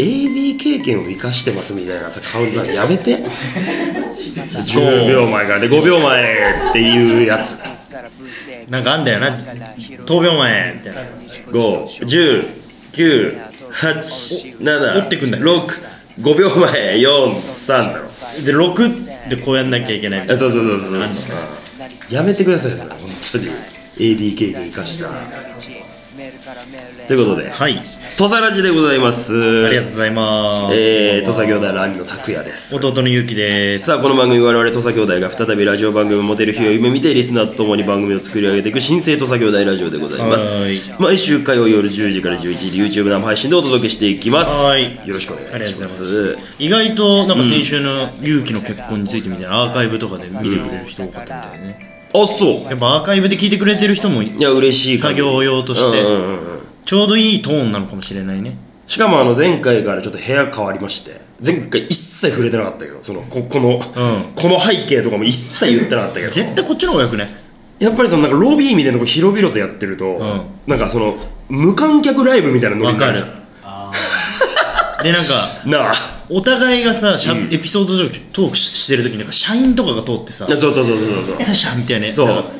AB 経験を生かしてますみたいなさカウントダウンやめて10秒前からで5秒前っていうやつなんかあんだよな闘病前みたいな持ってくんだよ5108765秒前43だろで6でこうやんなきゃいけないみたあいなそうそうそうそうあんのやめてくださいそれ本当に AB 経験生かしたということではい土佐ラジでございますありがとうございます、えー、土佐兄弟の兄の拓也です弟のゆうきですさあこの番組我々土佐兄弟が再びラジオ番組モデル日を夢見てリスナーと共に番組を作り上げていく新生土佐兄弟ラジオでございまはーす毎週火曜夜10時から11時 YouTube 生配信でお届けしていきますはーいよろしくお願いしありがとうございまますす意外となんか先週のゆうきの結婚についてみたいなアーカイブとかで見てくれる人多かったみたいねあそうやっぱアーカイブで聞いてくれてる人もいや嬉しい作限り業用としてうんうんうんうんちょうどいいトーンなのかもしれないねしかもあの前回からちょっと部屋変わりまして前回一切触れてなかったけどそのここの、この背景とかも一切言ってなかったけど絶対こっちの方がよくねやっぱりそのなんかロビーみたいなとこ広々とやってると、んなんかその無観客ライブみたいなノリわになかるるじゃでなんかんなあお互いがさ、しゃエピソード上トークしてる時になんか社員とかが通ってさいやそうそうそうそう「よそっしゃ」みたいなそうなんか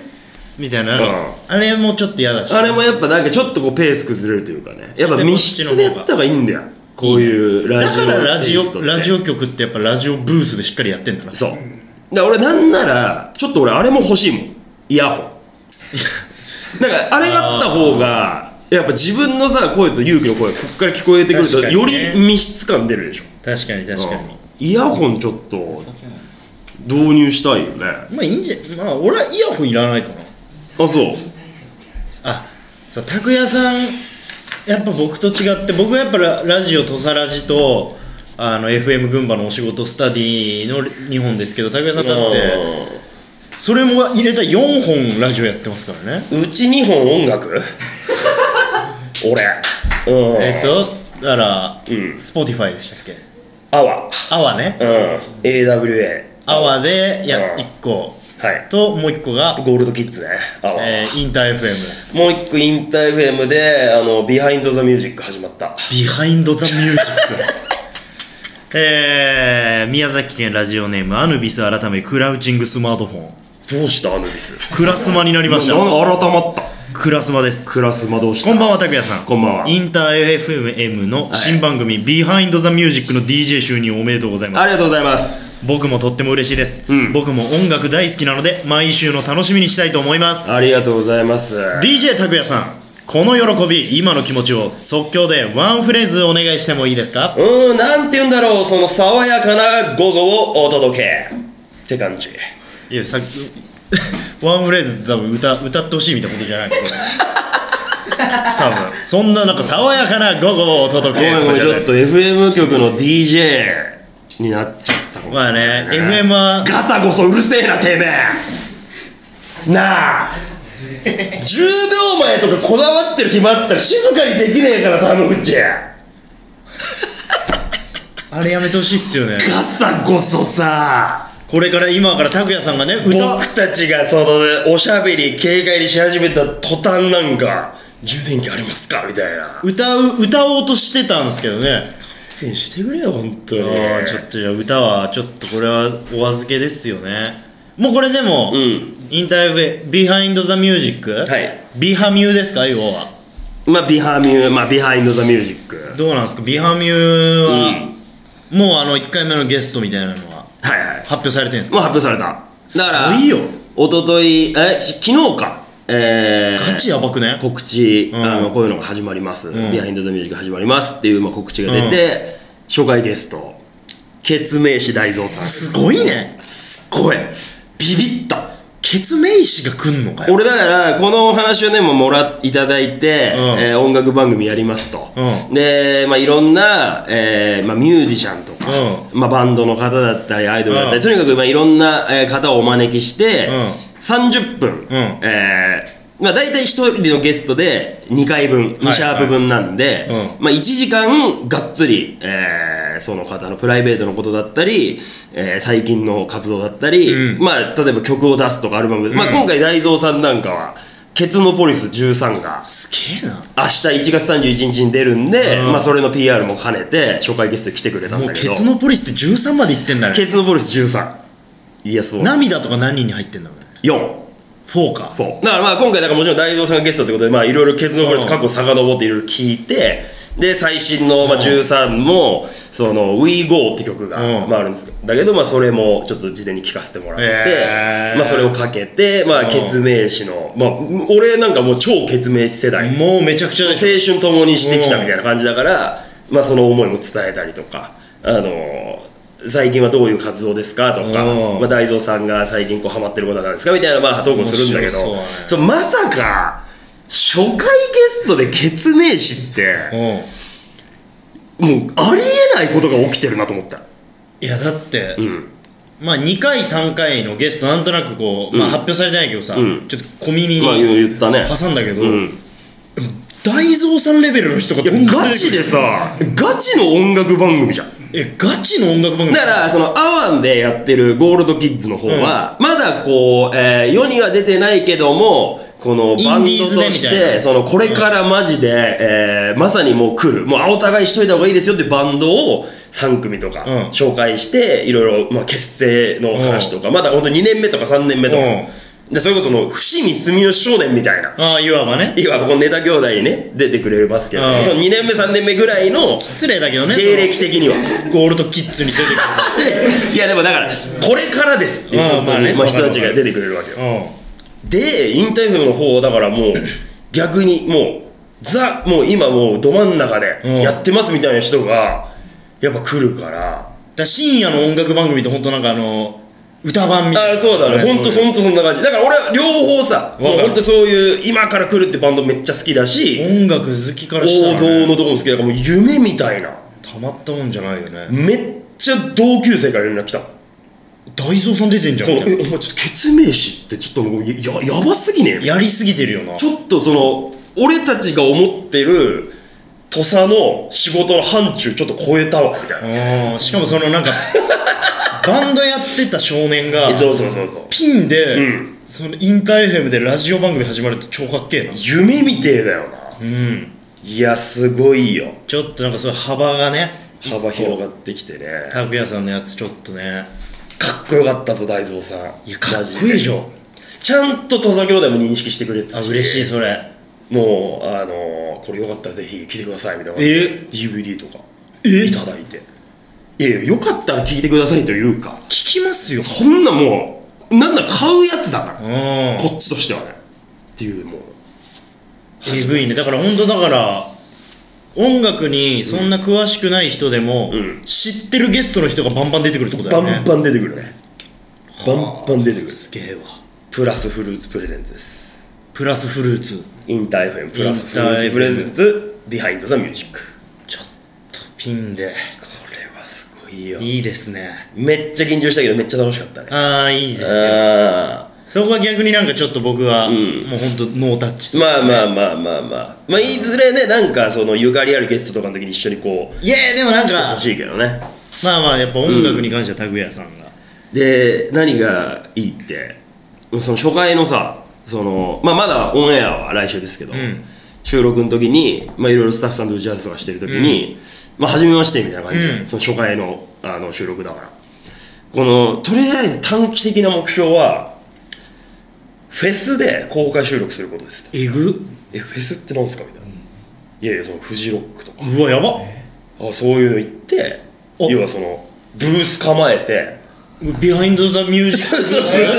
みたいななんかうんあれもちょっと嫌だしうあれもやっぱなんかちょっとこうペース崩れるというかねやっぱでも密室でやった方がいいんだよこういうラだジオからラジテイストっオてラジオ局ってやっぱラジオブースでしっかりやってんだなそうだから俺なんならちょっと俺あれも欲しいもんイヤホ ンなんかあれがあった方がやっぱ自分のさ声と勇気の声ここから聞こえてくると、確かによりね密室感出るでしょ確かに確かに、イヤホンちょっと導入したいよねまあいいんじゃまあ俺はイヤホンいらないかなあそうあそう拓哉さんやっぱ僕と違って僕はやっぱララジオ土佐ラジとあの FM 群馬のお仕事スタディの2本ですけど拓哉さんだってそれも入れた4本ラジオやってますからねうんうち2本音 楽俺うんえっとだから、ん Spotify でしたっけアワアワねうん AWA アワでやうん1個はいともう1個が、ゴールドキッズねアワ、えーインター FM もう一個インター FM であのビハインドザミュージック始まったビハインド・ザ・ミュージック えー、宮崎県ラジオネームアヌビス改めクラウチングスマートフォンどうしたアヌビスクラスマになりましたな改まったクラスマですクラスマどうしたこんばんは拓也さんこんばんはインター FM の新番組「Behind the Music」の DJ 就任おめでとうございますありがとうございます僕もとっても嬉しいです、ん僕も音楽大好きなので毎週の楽しみにしたいと思いますありがとうございます DJ 拓也さんこの喜び今の気持ちを即興でワンフレーズお願いしてもいいですかうーんなんて言うんだろうその爽やかな午後をお届けって感じいやさワンフレーズ多分歌歌ってほしいみたいなことじゃないこれ多分そんななんか爽やかな午後をお届ごめけんとごかめんじゃちなょっいと FM 局の DJ になっちゃったかもまあね FM はガサゴソうるせえなてめえなあ10秒前とかこだわってる暇あったら静かにできねえから頼むっちあれやめてほしいっすよねガサゴソさこれから今から拓也さんがね歌僕たちがそのおしゃべり警戒にし始めた途端なんか充電器ありますかみたいな歌う歌おうとしてたんですけどね充電してくれよ本当にあーちょっとじゃあ歌はちょっとこれはお預けですよねもうこれでも、んインターフェビハインドザミュージックはいビハミューですか要はまあビハミューまあビハインドザミュージックどうなんですかビハミューは、もうあの1回目のゲストみたいなのははいはい発表されてるんですかもう発表されただからすごいよおとといえし昨日かえー、ガチやばくね告知、んあのこういうのが始まります、ビハインド・ザ・ミュージック始まりますっていう、まあ、告知が出て、初回ゲスト決明師大蔵さんすすごいねごいビビったケツメイシが来んのかよ俺だからこのお話をねもうもらいただいて、うんえー音楽番組やりますと、うんで、まあ、いろんな、えーまあ、ミュージシャンとか、まあ、バンドの方だったりアイドルだったり、うんとにかく、まあ、いろんな、えー方をお招きして、うん30分、んえーまあ、大体1人のゲストで2回分2シャープ分なんで、うまあ、1時間がっつり、えーその方のプライベートのことだったり、えー最近の活動だったり、うんまあ、例えば曲を出すとかアルバム、まあ、今回大蔵さんなんかはケツノポリス13がすげえな明日1月31日に出るんで、うんまあそれの PR も兼ねて初回ゲストに来てくれたんもうだけケどツノポリスって13までいってんだねケツノポリス13いやそう涙とか何人に入ってんだろうね4 4かそうだからまあ今回だからもちろん大蔵さんがゲストってことでまあいろいろ結論これ過去遡っていろいろ聞いてで最新のまあ13もその「WeGo」って曲がうんまああるんですだけどまあそれもちょっと事前に聞かせてもらってへーまあそれをかけてまあうん決名詞のまあ俺なんかもう超決名詞世代もうめちゃくちゃで青しょ春共にしてきたみたいな感じだから、まあ、その思いも伝えたりとか、あの最近はどういう活動ですかとか、うんまあ、大蔵さんが最近こうハマってることは何ですかみたいな、まあ、投稿するんだけど面白そうだねそうまさか初回ゲストで決名詞ってうんもうありえないことが起きてるなと思った。いやだって、うんまあ2回3回のゲストなんとなくこう、まあ、発表されてないけどさ、うんちょっと小耳まあ、に言ったね挟んだけど、うん、大蔵さんレベルの人がどんどんガチで出てくるさガチの音楽番組じゃんえガチの音楽番組だから、その、アワンでやってるゴールドキッズの方は、まだこう、えー世には出てないけども、このバンドとインディーズでみしたいなて、その、これからマジで、えーまさにもう来る、もう青互いしといた方がいいですよってバンドを3組とかうん、紹介して、いろいろ、まあ、結成の話とか、まだほんと2年目とか3年目とか、で、それこそ、の、伏見住吉少年みたいな、ああいわばねいわばこのネタ兄弟にね、出てくれますけど、うんその2年目3年目ぐらいの、失礼だけどね芸歴的には。そのゴールドキッズに出てくる いやでもだからこれからですっていう、まあまあねまあ、人たちが出てくれるわけようでインタビューの方だからもう逆にもうザもう今もうど真ん中うんでやってますみたいな人がやっぱ来るから、んだ深夜の音楽番組って本当なんかあの歌番みたあいあなそうだねほんとそのんとそんな感じだから俺は両方さわかもるうほんとそういう今から来るってバンドめっちゃ好きだし音楽好きからした王ら、道ね、のとこも好きだからもう夢みたいなたまったもんじゃないよねめっちゃ同級生から連絡来た大蔵さん出てんじゃんそうみえたいお前ちょっと決名詞ってちょっともうややばすぎねえなやりすぎてるよなちょっとその俺たちが思ってる土佐の仕事の範疇ちょっと超えたわみたいなあーしかもその なんかバンドやってた少年がそうそうそうそうピンで、うんそのインター FM でラジオ番組始まるって超かっけえな夢みてえだよなうんいやすごいよちょっとなんかそういう幅がね幅広がってきてねか拓哉さんのやつちょっとねっこよかったぞ大蔵さんいやかっこいいでしょちゃんと土佐兄弟も認識してくれてたあし嬉しいそれもうあのーこれよかったらぜひ聴いてくださいみたいな感じで DVD とかえいただいていやいやよかったら聴いてくださいというか聞きますよそんなもうなんなら買うやつだなうんえこっちとしてはねっていうもうぐいねだから本当だから音楽にそんな詳しくない人でも、うん知ってるゲストの人がバンバン出てくるってことだバよねンバン出てくるねバンバン出てくるすげえわプラスフルーツプレゼンツですプラスフルーツインターフェンプラスフルーツプレゼンツビハインドザミュージックちょっとピンでこれはすごいよいいですねめっちゃ緊張したけどめっちゃ楽しかったねああいいですよあそこが逆になんかちょっと僕は、んもうほんとノータッチーまあまあまあまあまあまあいずれねなんかそのゆかりあるゲストとかの時に一緒にこういやいやでもなんか欲しいけどねまあまあやっぱ音楽に関しては拓哉さんが、で何がいいってその初回のさその、まあ、まだオンエアは来週ですけど、ん収録の時に、まあ、いろいろスタッフさんと打ち合わせとかしてる時に「まあ、初めまして」みたいな感じで、うんその初回のあの収録だからこのとりあえず短期的な目標はフェスで公開収録することですえぐえフェスってなんすかみたいな、いやいやそのフジロックとかうわやばあそういうの行ってお要はそのブース構えてビハインド・ザ・ミュージそうそうそうッそ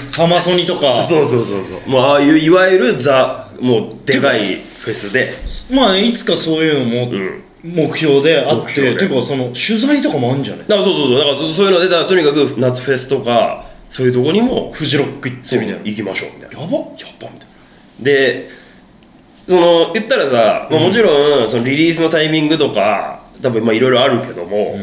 う クサマソニとかそうそうそうそうもうああいういわゆるザもうでかいフェスでまあいつかそういうのもん目標であっ目て、標てでかその取材とかもあるんじゃないだからそうそうそうだからそそういうのでだからとにかく夏フェスとかそういうとこにもフジロック行ってそうみたいな行きましょうみたいなやばやっぱみたいなでその言ったらさ、まあもちろんそのリリースのタイミングとか多分まあいろいろあるけども、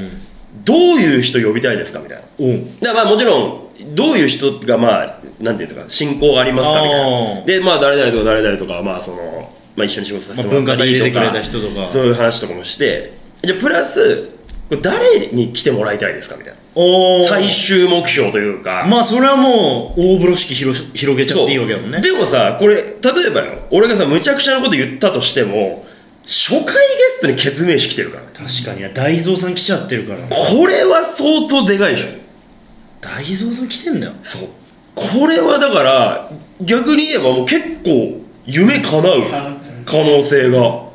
どういう人呼びたいですかみたいなおうだからまあもちろんどういう人がまあなんていうんですか進行がありますかみたいあーなでまあ誰々とか誰々とかまあその、まあ、一緒に仕事させてもらったまあ文化り祭と入れてかくれた人とかそういう話とかもしてじゃあプラスこれ誰に来てもらいたいですかみたいなおお最終目標というか、まあそれはもう大風呂敷広し広げちゃっそうていいわけだもんねでもさこれ例えばよ俺がさむちゃくちゃなこと言ったとしても初回ゲストに決命式来てるからね確かにな大蔵さん来ちゃってるからこれは相当でかいでしょ大蔵さん来てんだよそうこれはだから逆に言えばもう結構夢叶う可能性が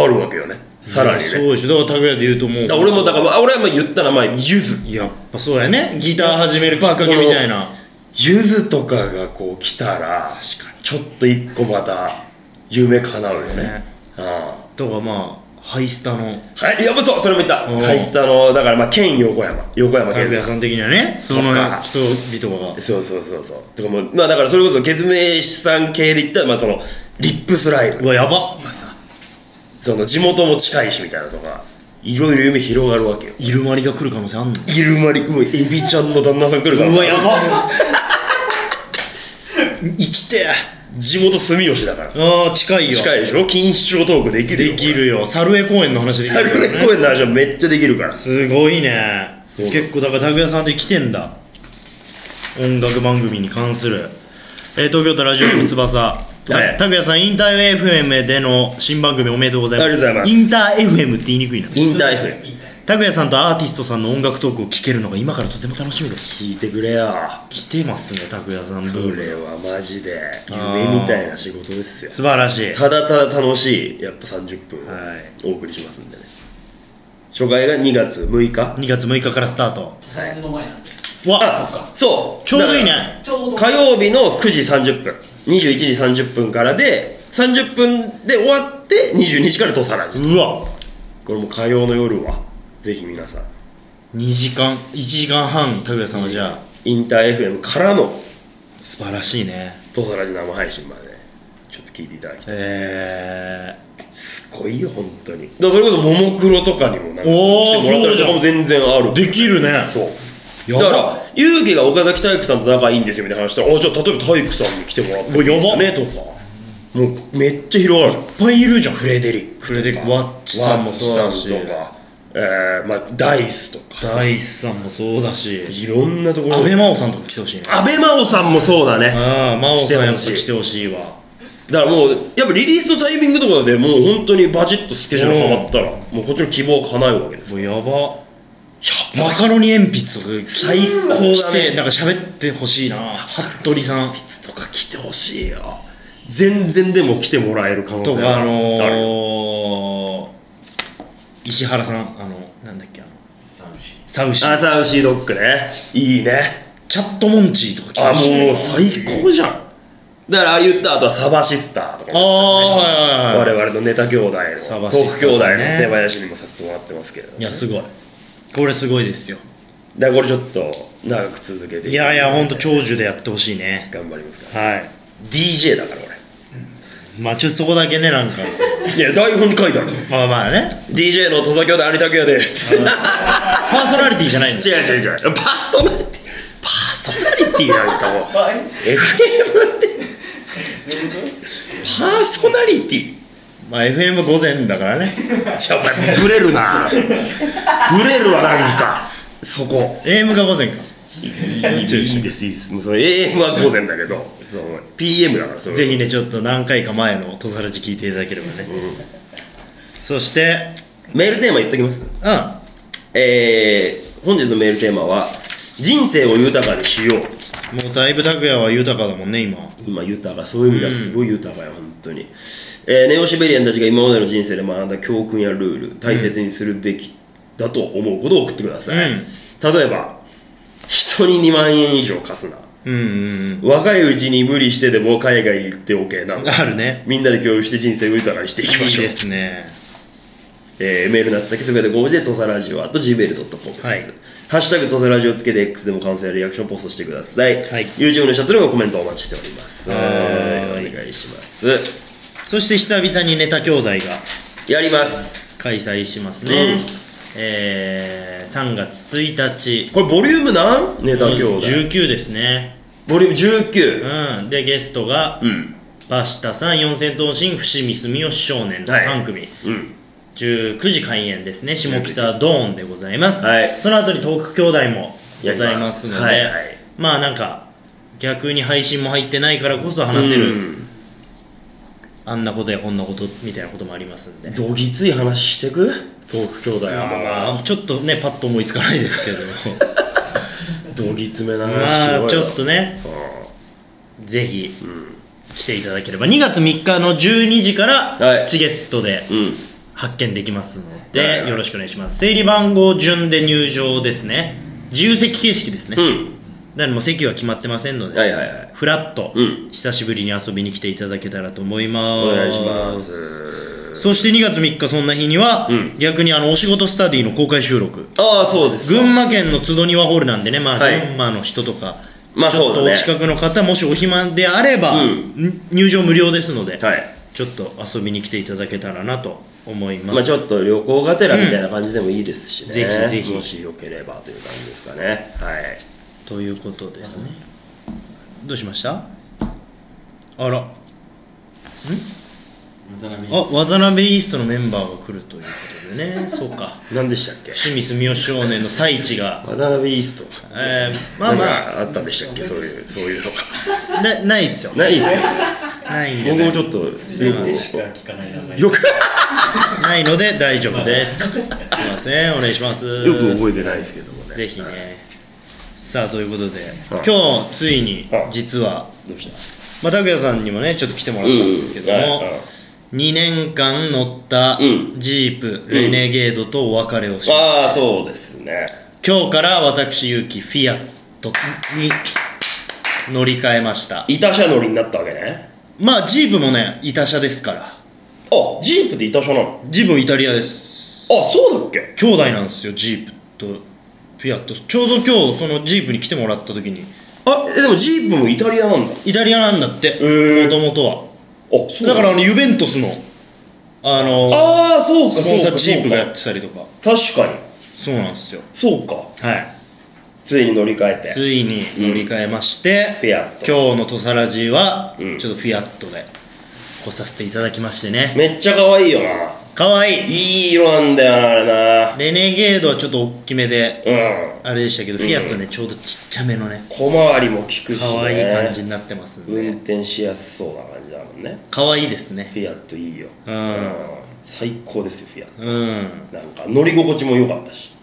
あるわけよねさらにそねうでしょだから拓哉で言うともうだから俺もだからあ俺はまあ言ったらまあゆずやっぱそうやねギター始めるきっかけみたいなゆずとかがこう来たら確かにちょっと一個また夢叶うよねねうんはだからまあハイスタのいやっぱそうそれも言ったうんハイスタのだからまあ県横山横山拓県哉さん的にはねそのとか人々がそうそうそうそうとかもうまあだからそれこそケズメ資産系で言ったらまあそのリップスライドうわやばその地元も近いしみたいなとかいろいろ夢広がるわけよイルマリが来る可能性あんのイルマリくんエビちゃんの旦那さん来るからうさわやば 生きて地元住吉だからさああ近いよ近いでしょ錦糸町トークできるよできるよ猿江公園の話でき猿るよ上公園の話はめっちゃできるからすごいねそうなんです結構だから拓哉さんで来てんだ音楽番組に関する、えー東京都ラジオの翼たはい拓哉さんインター FM での新番組おめでとうございますありがとうございますインター FM って言いにくいなインターフェン拓哉さんとアーティストさんの音楽トークを聞けるのが今からとても楽しみです聞いてくれよ来てますね拓哉さんブこームれはマジで夢みたいな仕事ですよ素晴らしいただただ楽しいやっぱ30分をお送りしますんでね初回が2月6日2月6日からスタート三時の前なんでわあそうちょうどいいだからねちょうど火曜日の9時30分21時30分からで30分で終わって22時から土佐ラジうわこれも火曜の夜はぜひ皆さん2時間1時間半拓哉さんはじゃあインター FM からの素晴らしいね土佐ラジ生配信までちょっと聞いていただきたいえすごいよ本当にだからそれこそももクロとかにもなんか来ておーもらったそうりとじゃんかも全然あるー、できるねそうやだばから勇気が岡崎体育さんと仲いいんですよみたいな話したらあじゃあ例えば体育さんに来てもらってもいいですかねとかもうめっちゃ広がるじゃんいっぱいいるじゃんフレデリックとかフレデリックワッチさんもそうだしワッチさんとか、えーまあ、ダイスとかさダイスさんもそうだしいろんなところ阿部真央さんとか来てほしいね安倍真央さんもそうだねああ真央さんやっぱ来てほしい来てほしいわだからもうやっぱリリースのタイミングとかでもう本当にバチッとスケジュールがはまったらもうこっちの希望が叶うわけですもうやばマカロニ鉛筆とか最高だね来てなんか喋ってほしいな服部さんとか来てほしいよ全然でも来てもらえる可能性とかああのるー、石原さんあのなんだっけあの三時サウシアーサウシードッグねいいねチャットモンチーとか来てあほしいもう最高じゃんだからああ言ったあとはサバシスターとかああはいはいはい我々のネタ兄弟のサトバーシクス兄ター弟さのんね出囃子にもさせてもらってますけれどいやすごいこれすごいですよだからこれちょっと長く続けていやいやほん当と長寿でやってほしいね頑張りますからはい DJ だからまあちょっとそこだけねなんか 俺いや台本に書いてあるまあまあね DJ の土佐兄弟有田家です違うパーソナリティじゃないんだ違う違うパーソナリティパーソナリティなんかもう FM でパーソナリティまあ FM 午前だからねちょお前 ブレるなブレるわなんかそこ AM が午前かいいですいいですもうその AM は午前だけどその PM だからそれぜひねちょっと何回か前の「とさらじ」聞いていただければね、そしてメールテーマ言っときますうんあえー、本日のメールテーマは「人生を豊かにしようもうだいぶ拓哉は豊かだもんね今」今豊かそういう意味ではすごい豊かよ、本当に、えーネオシベリアンたちが今までの人生で学んだ教訓やルール大切にするべきだと思うことを送ってください、うん例えば人に2万円以上貸すなうんうん若いうちに無理してでも海外に行っておけなどう んあるねみんなで共有して人生を豊かにしていきいまいしょうですねえーメールの宛先すべてご文字でとさラジオあと gmail.com です、はいハッシュタグとさラジオつけて X でも感想やリアクションポストしてください、はい YouTube のチャットでもコメントお待ちしておりますはーいお願いしますそして久々にネタ兄弟がやります開催しますね、うんえー、3月1日これボリューム何ネタ今日19ですねボリューム19うんでゲストがうんバシタさん四千頭身伏見住吉少年のはい3組、うん19時開演ですね下北ドーンでございます、はいその後にトーク兄弟もございますのでやりますはいはいまあなんか逆に配信も入ってないからこそ話せる、うんあんなことやこんなことみたいなこともありますんでどぎつい話してくトーク兄弟はまあちょっとねパッと思いつかないですけどどぎつめな話まあをちょっとねぜひ来ていただければ2月3日の12時かはらいチゲットでうん発見できますのはいはでいよろしくお願いします整理番号順で入場ですね自由席形式ですねうんなのでもう席は決まってませんのではいはいはいフラットうん久しぶりに遊びに来ていただけたらと思いますお願いしますそして2月3日そんな日には、うん逆にあのお仕事スタディの公開収録ああそうです群馬県の角庭ホールなんでねまあ、はい群馬の人とかまあちょそっとうだおね近くの方もしお暇であれば、うんん入場無料ですので、はいちょっと遊びに来ていただけたらなと思います、まあちょっと旅行がてらみたいな感じでもいいですしね、ぜひぜひもしよければという感じですかねはいということですねどうしましたあらあ渡辺渡辺イーストのメンバーが来るということでね そうか何でしたっけ伏見住吉少年の最地が、渡辺イーストえー、まあまあああったんでしたっけそういうそういうのがなないっすよないっ すよないんで僕ねもちょっとよでしか聞かない名前くよくないので大丈夫です。すいません、お願いします。よく覚えてないですけどもねぜひね。さあということで、はい今日ついにはい実は、どうしたまあ、拓也さんにもねちょっと来てもらったんですけども、うんはいはい2年間乗ったうんジープ、レネゲードとお別れをし、ああそうですね今日から私ゆうきフィアットに乗り換えました板車乗りになったわけねまあジープもねイタ車ですからあジープって板車なのジープもイタリアですあそうだっけ兄弟なんですよジープとフィアットちょうど今日そのジープに来てもらった時にあえでもジープもイタリアなんだあイタリアなんだってへーもともとはそうだだからあのユベントスのあのああそうかスそポンうサかージーそうプがやっかてたりとか確かにそうなんですよそうかはいついに乗り換えてついに乗り換えまして、フィアット今日の土佐ラジはうんちょっとフィアットで来させていただきましてねめっちゃ可愛いよなかわいいいい色なんだよなあレネゲードはちょっと大きめでれなうんあれでしたけど、フィアットねちょうどちっちゃめのね小回りも効くしねかわいい感じになってますんで、運転しやすそうな感じだもんねかわいいですねフィアットいいようん最高ですよフィアッうんトなんか乗り心地も良かったし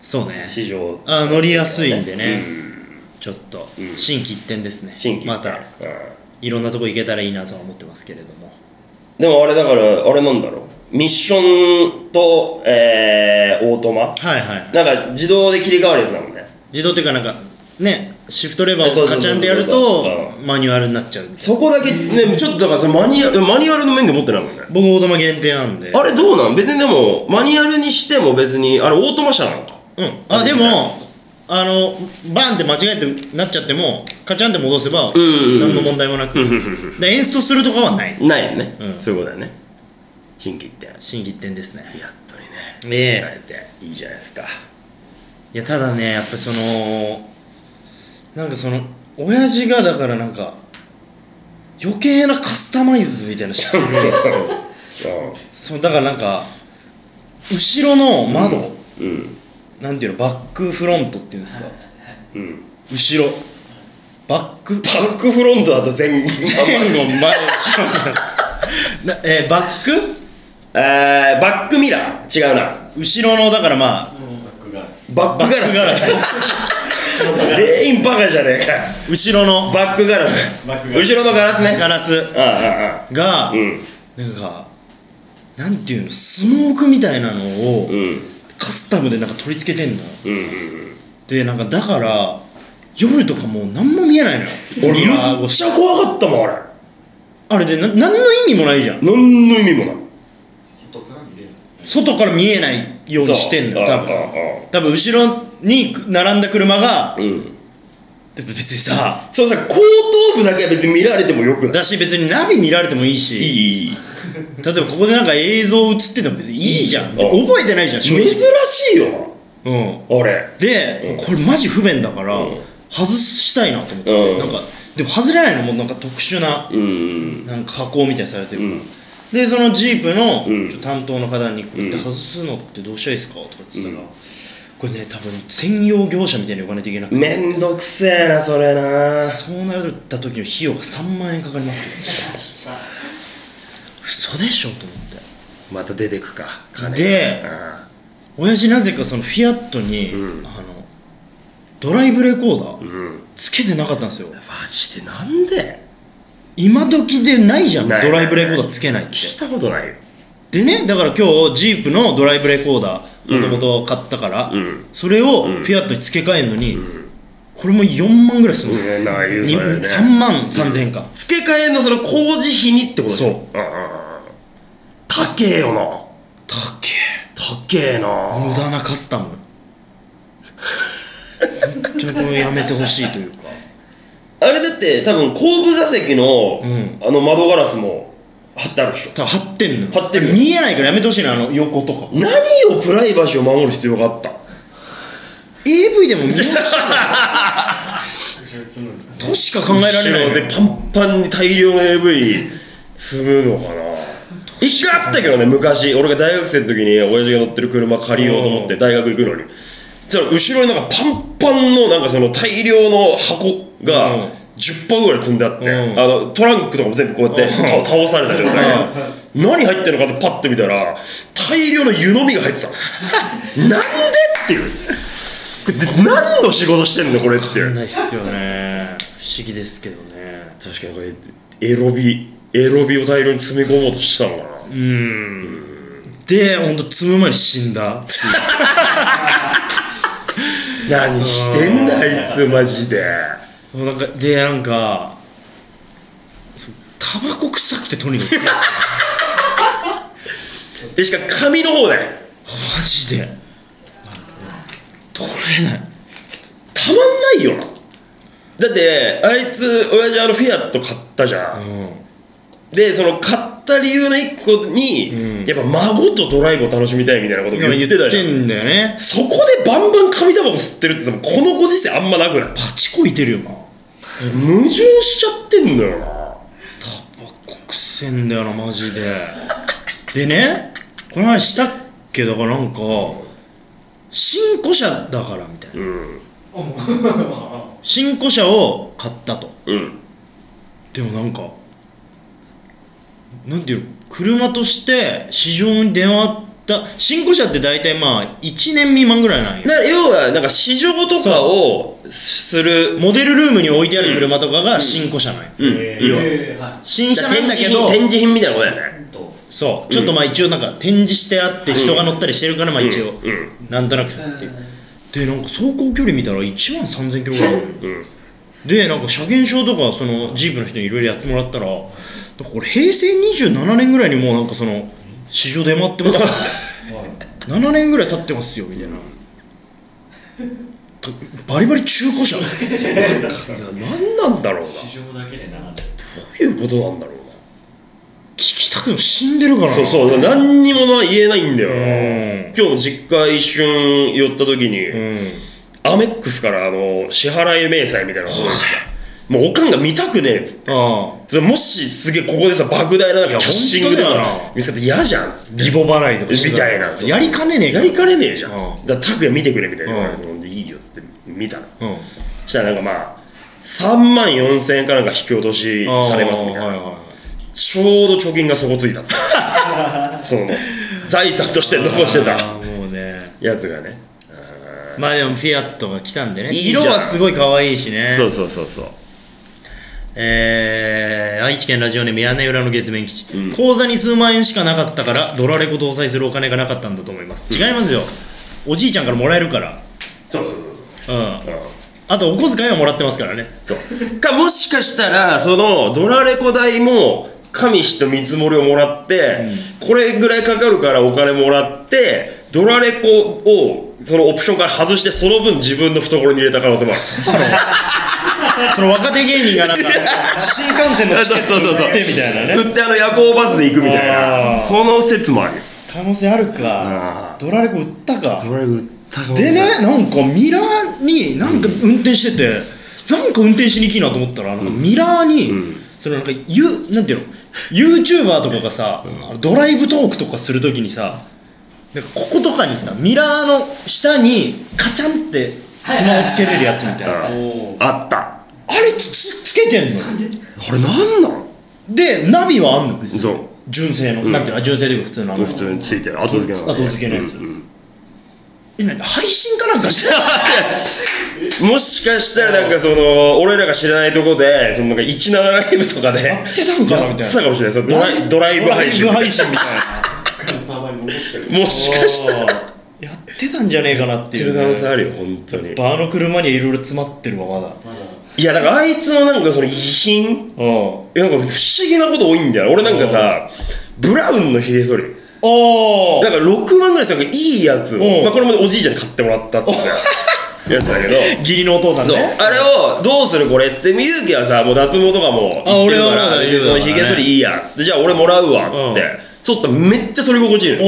そうね市場あ乗りやすいんでね、うんちょっとん心機一転ですね新規またいろんなとこ行けたらいいなとは思ってますけれどもでもあれだからあれなんだろうミッションとえーオートマはいはい、はい、なんか自動で切り替わるやつだもんね自動っていうかなんかねシフトレバーそをうそうそうそうカチャンでやるとマニュアルになっちゃうそこだけねちょっとだからそれマニュアルマニュアルの面で持ってないもんね僕オートマ限定なんであれどうなん別にでもマニュアルにしても別にあれオートマ車なのかうんあでもあのバンって間違えてなっちゃってもカチャンって戻せばんうんうん何の問題もなくでエンストするとかはないないよね、うんそういうことだよね新規ってやっ心機一転ですねとにねえええていいじゃないですかいやただねやっぱそのなんかその親父がだからなんか余計なカスタマイズみたいなのしてる んですよそのだからなんか後ろの窓、うんうんなんていうのバックフロントっていうんですかうん後ろバックバックフロントだと全前後前後ろなえーバッえー、バックミラー違うなク後ろのだからまあバックガラスバックガラスガラス全員バカじゃねえか後ろのバックガラスバックガラス 後ろのガラスねガラスあが、あああうんなんかなんていうのスモークみたいなのを、うんカスタムでなんか取り付けてんのようんうんでなんかだから夜とかもう何も見えないのよ俺めミラーっ越しちゃ怖かったもんあれあれでな何の意味もないじゃん何の意味もない外から見れる外から見えないようにしてんのよそうあ多あ分多分後ろに並んだ車がああうんでも別にさそうさ後頭部だけは別に見られてもよくないだし別にナビ見られてもいいしいいいい例えばここでなんか映像映ってても別にいいじゃん、んで覚えてないじゃん正珍直しいようんなあれで、これマジ不便だから、外したいなと思って、うんなんかでも外れないのもなんか特殊なうんなんか加工みたいにされてるから、うんでそのジープのうんちょっと担当の方に「これってうん外すのってどうしたらいいですか?」とか言ってたら、うんこれね多分専用業者みたいに呼ばないといけなくてめんどくせえなそれなそうなった時の費用が3万円かかりますけど嘘でしょと思ってまた出てくか金がで親父なぜかそのフィアットに、うんあのドライブレコーダうんーうんつけてなかったんですよマジでなんで今時でないじゃんドないライブレコーダーつけないって聞いたことないよでねだから今日ジープのドライブレコーダーもともと買ったから、うんそれをうんフィアットに付け替えるのに、これも4万ぐらいするの、うんないよにそれね3万3000円か、付け替えのその工事費にってことでしょそううんうんうん高えよなたけえ高えな無駄なカスタム本当にこれやめてほしいというかあれだって多分後部座席の、うんあの窓ガラスも貼ってあるでしょ多分貼ってんのよ貼ってるよ見えないからやめてほしいのあの横とか何をプライバシーを守る必要があった AV でも見えない後ろ積むんですかとしか考えられない後ろでパンパンに大量の AV 積むのかな一回あったけどね昔俺が大学生の時に親父が乗ってる車借りようと思って大学行くのにじゃ後ろになんかパンパンのなんかその大量の箱うんが10本ぐらい積んであって、うんあのトランクとかも全部こうやって倒倒された状態で何入ってるのかってパッと見たら大量の湯飲みが入 ってたなんでっていうこれで何の仕事してんのこれってないっすよね不思議ですけどね確かにこれエロビエロビを大量に詰め込もうとしたのかなでほんと積む前に死んだ何してんだあいつマジでもうなんかでなんかそうタバコ臭くてとにかく でしかも紙の方でマジで取れないたまんないよなだってあいつ親父あのフィアット買ったじゃん、でその買った理由の一個に、うんやっぱ孫とドライブを楽しみたいみたいなことうん言っ言ってたじゃてんんだよねそこでバンバン紙タバコ吸ってるってさこのご時世あんまなくないパチコいてるよな矛盾しちゃってんのよなタバコくせんだよなマジででねこの話したっけだからなんか新古車だからみたいうなん新古車を買ったとうんでもなんかなんていうの車として市場に出回った新古車って大体まあ1年未満ぐらいなんよだから要はなんか市場とかをするモデルルームに置いてある車とかが新古車なんよ、うんえいいわえは新車なんだけど展示品展示品みたいなことだよいねとそうちょっとまあ一応なんか展示してあって人が乗ったりしてるからまあ一応、うんうんなんとなくっていうでなんか走行距離見たら1万3000キロぐらいあるうんでなんか車検証とかそのジープの人にいろいろやってもらったらなんかこれ平成27年ぐらいにもうなんかその市場出回ってますよ みたいな7年ぐらい経ってますよみたいなとバリバリ中古車いや何なんだろうな市場だけでなかったどういうことなんだろうな聞きたくても死んでるからなそうそう何にもな言えないんだようんな今日も実家一瞬寄った時に、うんアメックスからあの支払い明細みたいなのが届いてさもうおかんが見たくねえっつってああそれもしすげえここでさ莫大ななんいかやキャッシングと本当かだよな見せたら嫌じゃんっつって義母払いとかしてみたいなそうやりかねねえかやらりかねねえじゃん、うんだから拓也見てくれみたいな言われて、うでいいよっつって見たのうんしたらなんかまあ3万4000円かなんか引き落としされますみたいああはないはいはいちょうど貯金が底つい たっつってその財産として残してたああもうねやつがねまあでもフィアットが来たんでねいいじゃん色はすごい可愛いしねそうそうそうそうえー、愛知県ラジオネーム屋根裏の月面基地、うん口座に数万円しかなかったからドラレコ搭載するお金がなかったんだと思います違いますよ、おじいちゃんからもらえるからそうそううんそうあとお小遣いはもらってますからねそうかもしかしたらそのドラレコ代も加味して見積もりをもらって、これぐらいかかるからお金もらってドラレコをそのオプションから外してその分自分の懐に入れた可能性もあるその若手芸人が なんか新幹線のチケットそうそうそう売ってみたいなね売ってあの夜行バスで行くみたいあなーその説もあるよ可能性あるかドラレコ売ったかドラレコ売ったかもでねなんかミラーになんか運転してて、なんか運転しに行きいなと思ったらなんかミラーに、んそのなんかゆなんていうの YouTuber とかがさ、あのドライブトークとかするときにさなんかこことかにさミラーの下にカチャンってスマホつけれるやつみたいなああったれつつつけてんのあれなんなんでナビはあんの別にそう純正の、なんていうのあ純正というか普通のあの普通についてる後付けなの後付けのやつえ何配信かなんかしてたもしかしたらなんかその俺らが知らないとこでそのなんか17ライブとかでやってたのかなみたいなってたかもしれないそのドライドライブ配信ドライブ配信みたいな他のサーバーに戻っちゃうもしかしたらおーやってたんじゃねえかなってっているう可ね、能性あるよ本当にバーの車にいろいろ詰まってるわまだまだいやなんかあいつのなんかその遺品うんいやなんか不思議なこと多いんだよ俺なんかさブラウンのひげ剃りおなんか6万ぐらいするなんかいいやつをうんまあこれもおじいちゃんに買ってもらったっていう やつだけど義理のお父さんそうねあれをどうするこれっつってみゆきはさもう脱毛とかもあ言ってるか俺はまらだでそのひげ剃りいいやっつってじゃあ俺もらうわっつって剃ったらめっちゃ剃り心地いいのよ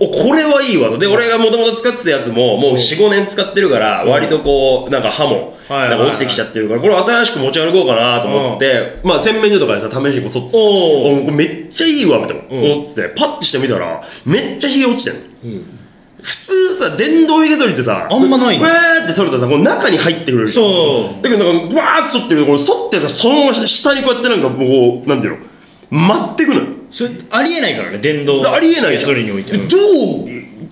おおこれはいいわとで俺がもともと使ってたやつももう45年使ってるから割とこうなんか歯もはいはいはいなんか落ちてきちゃってるからこれ新しく持ち歩こうかなと思ってまあ洗面所とかでさ試しにこう剃ってたおおこれめっちゃいいわみたいな思っててパッてしてみたらめっちゃひげ落ちてんの普通さ電動ひげ剃りってさあんまないわのーって剃るとさこの中に入ってくれるじゃんそうだけどなんかわーって剃ってるこれ剃ってさそのまま下にこうやってなんかもうなんていうの待ってくのよそれありえないからね電動ありえないじゃんそれにおいてでどう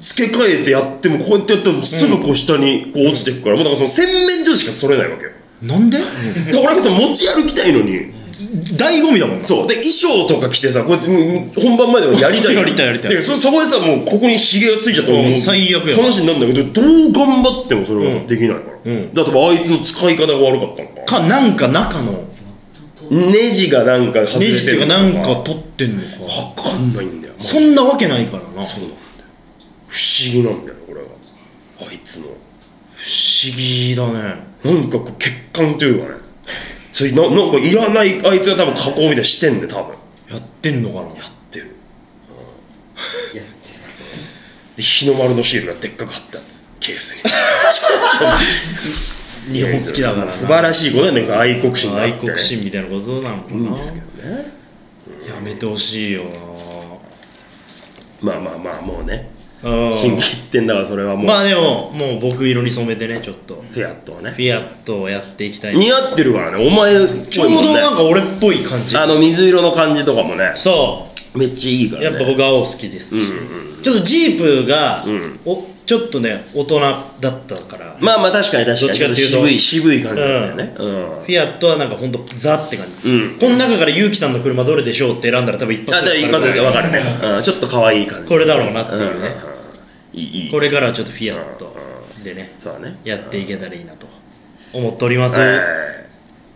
付け替えてやってもこうやってやってもすぐこう下にこう落ちてくから、もうだからその洗面所しかそれないわけよ なんでだから俺がその持ち歩きたいのに醍醐味だもんなそうで衣装とか着てさこうやってもう本番までもやりたいやりたいやりたいでそそこでさもうここにひげがついちゃったらもうもう最悪やな話になるんだけどどう頑張ってもそれはさできないから、うんだってあいつの使い方が悪かったのかかなんか中のネジがなんか外ネれジってていうるかのなんか取ってんのかわかんないんだよ、そんなわけないからなそ不うなんだよ不思議なんだよこれはあいつの思議だねなんかこう欠陥というかねそれななんかいらないあいつが多分加工みたいなしてんね多分ややってんのかなってるやっで日の丸のシールがでっかく貼ってあってケース に日本好きだからな素晴らしいことだねその愛国心があって愛国心みたいなことなのかなやめてほしいよなまあまあまあもうねうん金切ってんだからそれはもう、まあでももう僕色に染めてねちょっとフェアットはねフィアットをやっていきたい似合ってるからねお前ちょうもどねなんか俺っぽい感じあの水色の感じとかもねそめっちゃいいかうやらっねぱ僕青好きですし、ちょっとジープが、んおちょっとね大人だったから、まあまあ確かに確かどっにちかっていうと渋い渋い感じなんだよねうん、フィアットはなんかほんとザって感じ、うんこの中から結城さんの車どれでしょうって選んだら多分一あ、発だで一分か発るで分かるね、うん、ちょっと可愛い感じこれだろうなっていうね、いいいいこれからはちょっとフィアットでね、そうだねやっていけたらいいなと思っております、えー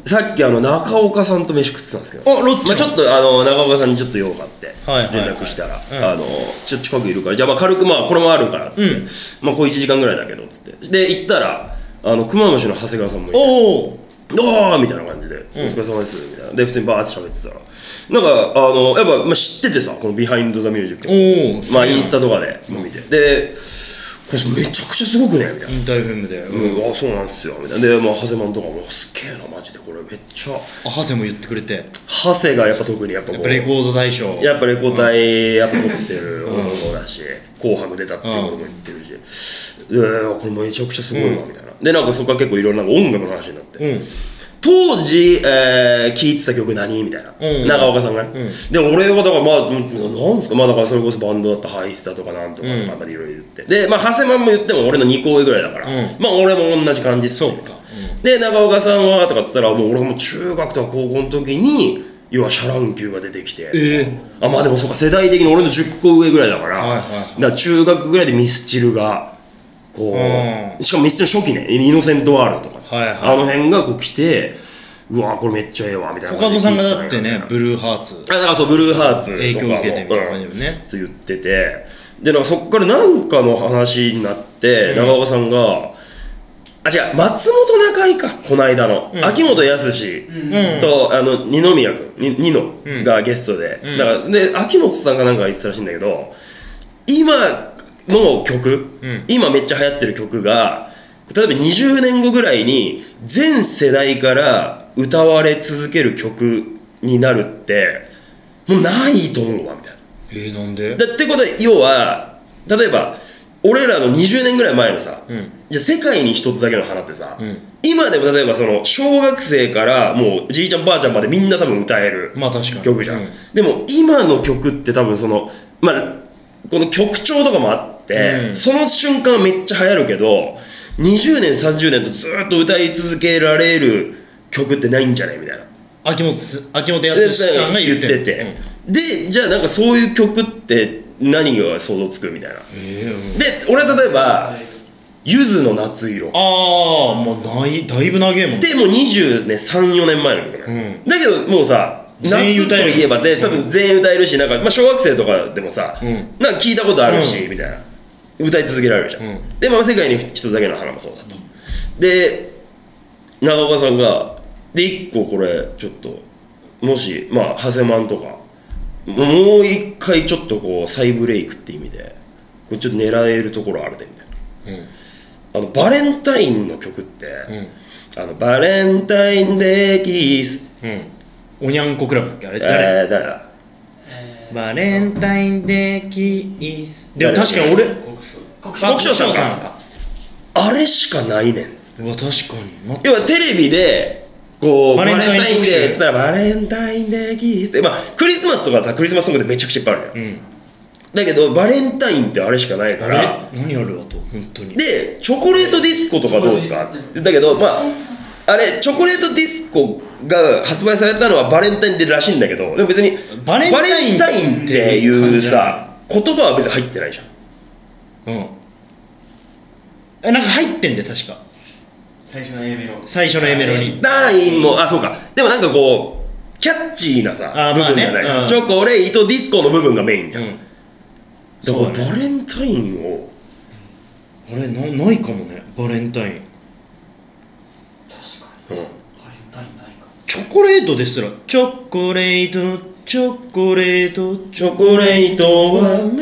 さっきあの中岡さんと飯食ってたんですけどあロッチまあ、ちょっとあの中岡さんにちょっと用があってはいはいはい連絡したら、うあのちょ近くいるからじゃあまあ軽くまあこれもあるからっつって、うんまあこう1時間ぐらいだけどっつってで行ったらあの熊虫の長谷川さんもいておおどうみたいな感じで、お疲れ様です、みたいな。で、普通にバーって喋ってたら、なんか、あの、やっぱ、まあ、知っててさ、このビハインドザミュージック。おおまあ、インスタとかでも見て。で、これめちゃくちゃすごくねみたいな。インターフェムで、うん、うん、あ、そうなんですよ、みたいな。で、まあ、長谷マンとかも、すげえな、マジで、これめっちゃ。あハセも言ってくれて長谷がやっぱ特にやっぱこレコう、ード大賞やっぱレコ大やっぱ撮ってる男だし、紅白出たっていうことも言ってるし、いやいやこれめちゃくちゃすごいわ、みたいな。で、なんかそこから結構いろんな音楽の話になって。うん当時、えー、聴いてた曲何みたいな、うん長岡さんがね、で俺はだからまあうんなんですかまあだからそれこそバンドだったハイスタとかなんとかとかまでいろいろ言って、でまあ長谷マンも言っても俺の2個上ぐらいだから、うんまあ俺も同じ感じっすねそうかで中岡さんはとかっつったらもう俺も中学とか高校の時に要はシャラン級が出てきてえあまあでもそうか世代的に俺の10個上ぐらいだから,、はいはいだから中学ぐらいでミスチルがこう、うしかもミスチル初期ねイノセントワールドとか、はいはいあの辺がこう来てうわこれめっちゃええわみたいなコカドさんがだってあねブルーハーツだからそうブルーハーツとかも影響を受けてみたいな感じだよねうんつ言っててでなんかそっからなんかの話になって、長岡さんがあ違う松本中井かこの間の、秋元康と、あの二宮君に二野がゲストで、だからで秋元さんがなんか言ってたらしいんだけど今の曲、うん今めっちゃ流行ってる曲が例えば20年後ぐらいに全世代から歌われ続ける曲になるってもうないと思うわみたいなえー、なんでだってことは要は例えば俺らの20年ぐらい前のさ、うんじゃあ世界に一つだけの花ってさ、ん今でも例えばその小学生からもうじいちゃんばあちゃんまでみんな多分歌えるまあ確かに曲じゃん、うんでも今の曲って多分そのまあこの曲調とかもあって、うんその瞬間めっちゃ流行るけど20年30年とずっと歌い続けられる曲ってないんじゃないみたいな秋元す秋元康さんが言ってんのうんでじゃあなんかそういう曲って何が想像つくみたいなでえーうん俺は例えば「ゆずの夏色」でああもうないだいぶ長えもんもう20ね34年前の曲ね、だけどもうさ全員夏歌とえるいえばで多分全員歌えるしなんか、まあ、小学生とかでもさ、うんなんか聞いたことあるし、みたいな歌い続けられるじゃん、うんで、まあ、世界に一つだけの花もそうだと、で長岡さんがで1個これちょっともしまあ長谷マンとかもう一回ちょっとこう再ブレイクって意味でこれちょっと狙えるところあるでみたいな。あのバレンタインの曲って、あのバレンタインデーキース、うんおにゃんこクラブだっけあれ誰、えー、誰だバレンタインデーキースでも誰確かに俺国章です国国生さんかあれしかないねんうわ確かにま要はテレビでこうババレレンンタタイインン特集デーっつったらバレンタインデーキースまあクリスマスとかさクリスマスソングでめちゃくちゃいっぱいあるじゃん、うんだけどバレンタインってあれしかないかあられ何あるわと本当にでチョコレートディスコとかどうですかだけどまああれチョコレートディスコが発売されたのはバレンタインデーらしいんだけどでも別にバレンタインバレンタインっていうさ言葉は別に入ってないじゃんうんえなんか入ってんで確か最初の A メロ最初の A メロにダインもあそうかでもなんかこうキャッチーなさあー部まあ分ねじゃない、うんチョコレートディスコの部分がメインじうゃん、んだそうだからバねレンタインをあれなないかもねバレンタイン確かにうんバレンタインないかチョコレートですらチョコレートチョコレートチョコレートは明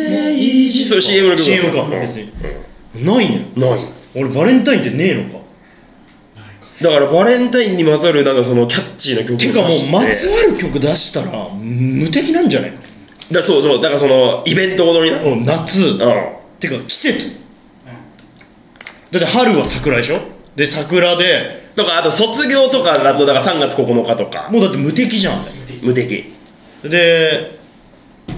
治それ CM の曲 CM かうん別にないねない俺バレンタインってねえのかだからバレンタインに勝るなんかそのキャッチーな曲をていうかも出してうまつわる曲出したら無敵なんじゃないだそうそうだからそのイベントごとになうんうん夏てか季節だって春は桜でしょで桜でとかあと卒業とかだとだから3月9日とかもうだって無敵じゃん無敵で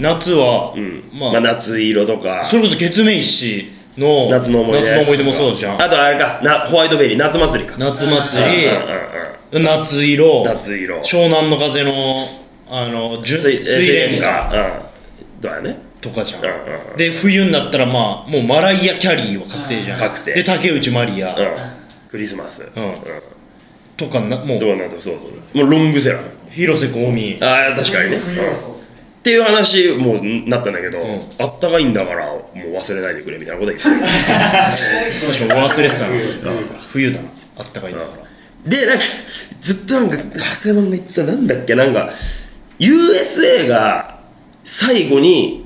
夏は、うんまあ、まあ夏色とかそれこそ月面石の夏の思い出夏の思い出もそうじゃんあとあれかなホワイトベリー夏祭りか夏う祭んうんりうん夏色夏色湘南の風のあの純水水水蓮蓮花がうんだよねとかじゃん、うんうんうんで冬になったらまあもうマライア・キャリーは確定じゃん確定で竹内まりうやんクリスマスんとかなもうどうなんだそうそうもうロングセラーです広瀬香美ああ確かにね冬うんはっそうですねていう話もうなったんだけどんあったかいんだからもう忘れないでくれみたいなこと言ってた確か忘れてたな冬だなあったかいんだからでなんかずっとなんか長谷川が言ってたなんだっけなんか USA が最後に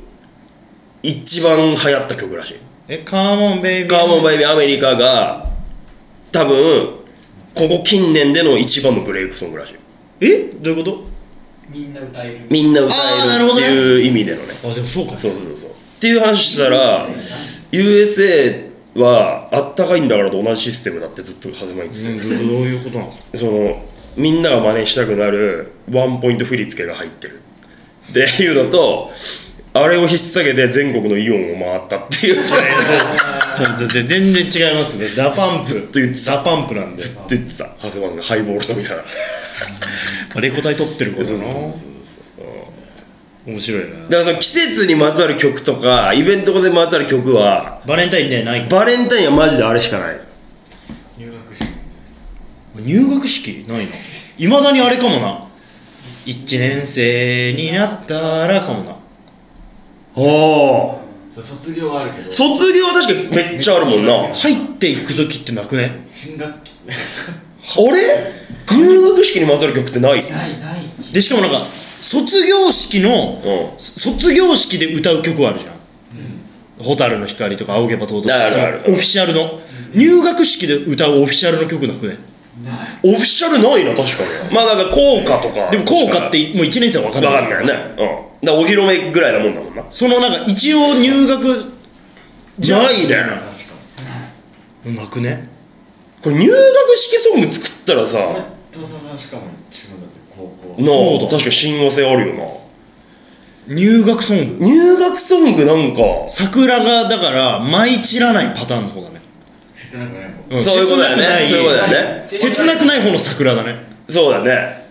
一番流行った曲らしいえカーモンベイビーガーモンバイビーアメリカが多分ここ近年での一番のブレイクソングらしいえどういうこみんな歌えるみんな歌えるっていう意味でのねとあでもそうかそうそうそうっていう話したら USA はあったかいんだからと同じシステムだってずっと始まりですうよ、んどうどういうことなんですかそのみんなが真似したくなるワンポイント振り付けが入ってるっていうのとあれを引っ提げて全国のイオンを回ったっていう2つが そう全然違いますねダパンプずっと言ってたダパンプなんでずっと言ってた長谷川がハイボール飲みながらレコ大撮ってるからそうそうそうなそう面白いなだからその季節にまつわる曲とかイベントでまつわる曲はバレンタインデーないかバレンタインはマジであれしかない入学式入学式ないないまだにあれかもな1年生になったらかもなおあそう卒業はあるけど卒業は確かにめっちゃあるもんなあれ入っていく時ってなくね新学期入学式にまつわる曲ってないうんないないでしかもなんか卒業式の卒業式で歌う曲はあるじゃん「蛍の光」とか「仰げば尊し」あるあるそのオフィシャルの入学式で歌うオフィシャルの曲なくねないオフィシャルないな確かにまあなんか効果とかでも効果ってもう1年生は分か分んないかんないよねうんだからお披露目ぐらいなもんだもんなそのなんか一応入学じゃないね確かなくねこれ入学式ソング作ったらさにね土佐さんしかも自分だって高校なそあうだ確かに親和性あるよな入学ソング入学ソングなんか桜がだから舞い散らないパターンの方だね、切なくないもんうんそういうことだよねそういうことだよね切なくない方の桜だねそうだね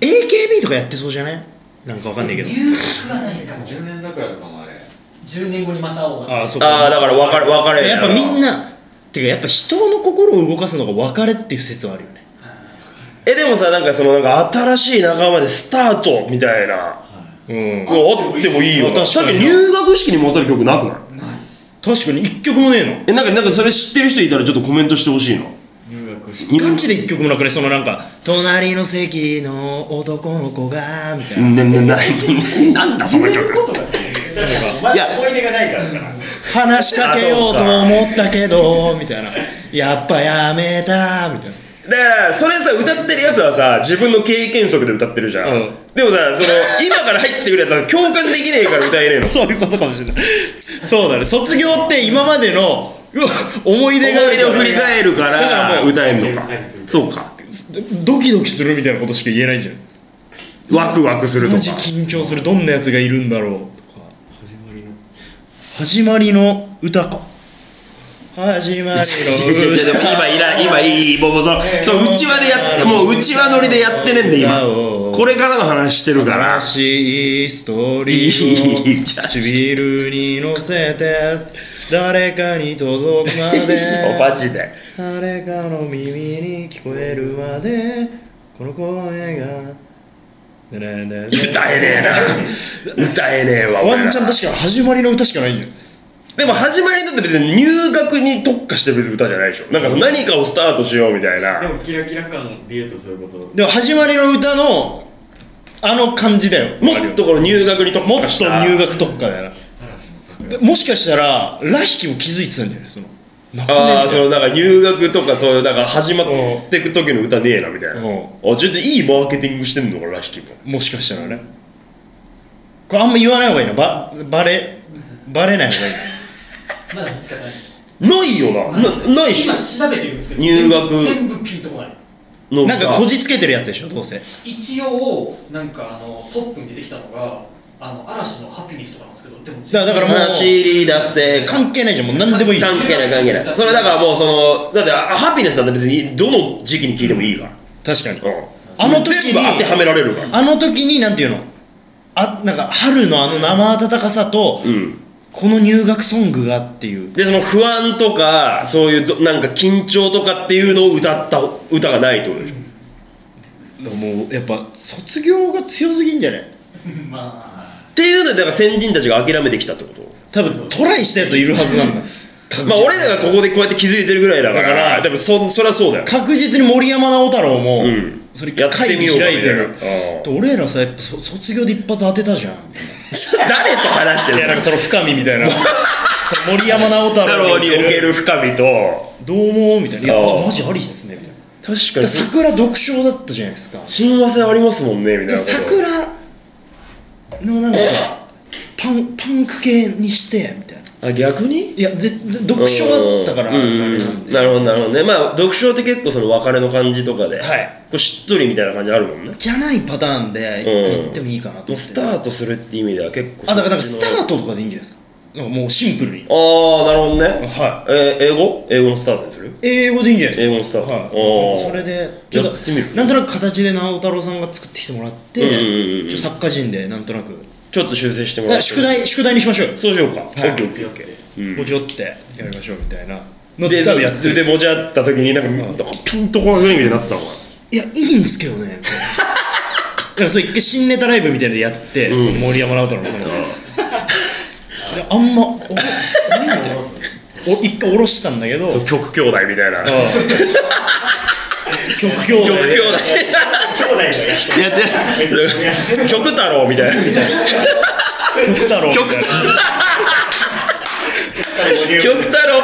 AKB とかやってそうじゃねなんかわかんないけど入学がないかも10年桜とかもあれ10年後にまた会おうがああそうああだから別れ別れやっぱみんなてかやっぱ人の心を動かすのが別れっていう説はあるよねえでもさなんかそのなんか新しい仲間でスタートみたいなうんあってもいいよまあ確かだにって入学式にもさる曲なくないないっす確かに一曲もねええなんかなんかそれ知ってる人いたらちょっとコメントしてほしいな入学式のガチで一曲もなくねそのなんか「隣の席の男の子が」みたいな、ねねな なんだその曲まいやだ思い出がないからだから話しかけようと思ったけどみたいな「やっぱやめた」みたいだなからそれさ歌ってるやつはさ自分の経験則で歌ってるじゃん、うんでもさその今から入ってくるやつは共感できねえから歌えねえのそういうことかもしれないそうだね卒業って今までのうわ思い出があ思い出るからを振り返るかだかららもう歌えんのかそうかドキドキするみたいなことしか言えないんじゃないワクワクするとマかジ緊張するどんなやつがいるんだろうとか始まりの始まりの歌か始ま りの違う違う違うでも今いら今いいボボそう そううちわでやってもううちわ乗りでやってねえんで今これからの話してるから悲しいストーリーを唇に乗せて誰かに届くま マでジで誰かの耳に聞こえるまでこの声が歌えね歌えねえ な歌えねえわ俺らワンちゃん確か始まりの歌しかないんだよでも始まりだって別に入学に特化して別に歌じゃないでしょなんかその何かをスタートしようみたいなでもキラキラ感で言うとそういうことでも始まりの歌のあの感じだよもっとこの入学に特もっと化した入学特化だよな嵐の桜でもしかしたらラヒキも気づいてたんじゃないその泣くねみあたいあなそのなんか入学とかそういうなんか始まってく時の歌ねえなみたいなうあちょっといいマーケティングしてんのかな引きももしかしたらねこれあんま言わない方がいいなばバレバレない方がいい まだ見つかってないないよななないっしょ今調べてるんですけど入学全部ピンとこないのな歌んかこじつけてるやつでしょどうせ一応なんかあのトップに出てきたのがあの嵐の「ハピネス」とかなんですけどでも全だだ然からもう走り出せ関係ないじゃんもう何でもいい関係ない関係ないそれだからもうそのだってあハピネスなんて別にどの時期に聴いてもいいから確かにうんあの時に全部当てはめられるからあの時になんていうのあなんか春のあの生温かさと、うんこの入学ソングがっていうでその不安とかそういうどなんか緊張とかっていうのを歌った歌がないってことでしょだからもうやっぱ卒業が強すぎんじゃないまあっていうのでだから先人たちが諦めてきたってこと多分トライしたやついるはずなんだ まあ俺らがここでこうやって気づいてるぐらいだかだかららでもそそりゃそうだよ確実に森山直太朗も、んそれやって会み議ようか開いてるみたいなああで俺らさやっぱそ卒業で一発当てたじゃん誰と話して るんだその深みみたいな その森山直太ろ朗うにおける深みとどうもみたいないやああマジありっすねみたいな確かだから桜独唱だったじゃないですか親和性ありますもんねみたいなでこと桜のなんかパンパンク系にしてみたいなあ逆にいやぜ読書だったからうんうんうんなるほどなるほどねまあ読書って結構その別れの感じとかで、はいこうしっとりみたいな感じあるもんねじゃないパターンで一回行ってもいいかなとも思うっスてタートするって意味では結構あだからなんかスターートとかでいいんじゃないですかなんかもうシンプルにトああなるほどねはいえー英語英語のスタートにする英語でいいんじゃないです英か語のスタートはいおーなんかそれでちょっやってみるとなんとなく形で直太朗さんが作ってきてもらってうんうんうんうんちょっと作家陣でなんとなくちょっと修正してもだからうら宿題宿題にしましょうよそうしようか、オッはいケーオッケーオッケー持ち寄ってやりましょうみたいなうのんでで多分やってで持ち合った時になんか,、なんかピンとこなくなるみたいになったのかいやいいんすけどね だからそれ一回新ネタライブみたいなのやって、その森山直太朗さんがいやあんまおあれみたいなお一回下ろしたんだけどそう曲兄弟みたいなああ曲曲表兄弟やって曲太郎みたいな曲太郎みたい曲な太郎曲太郎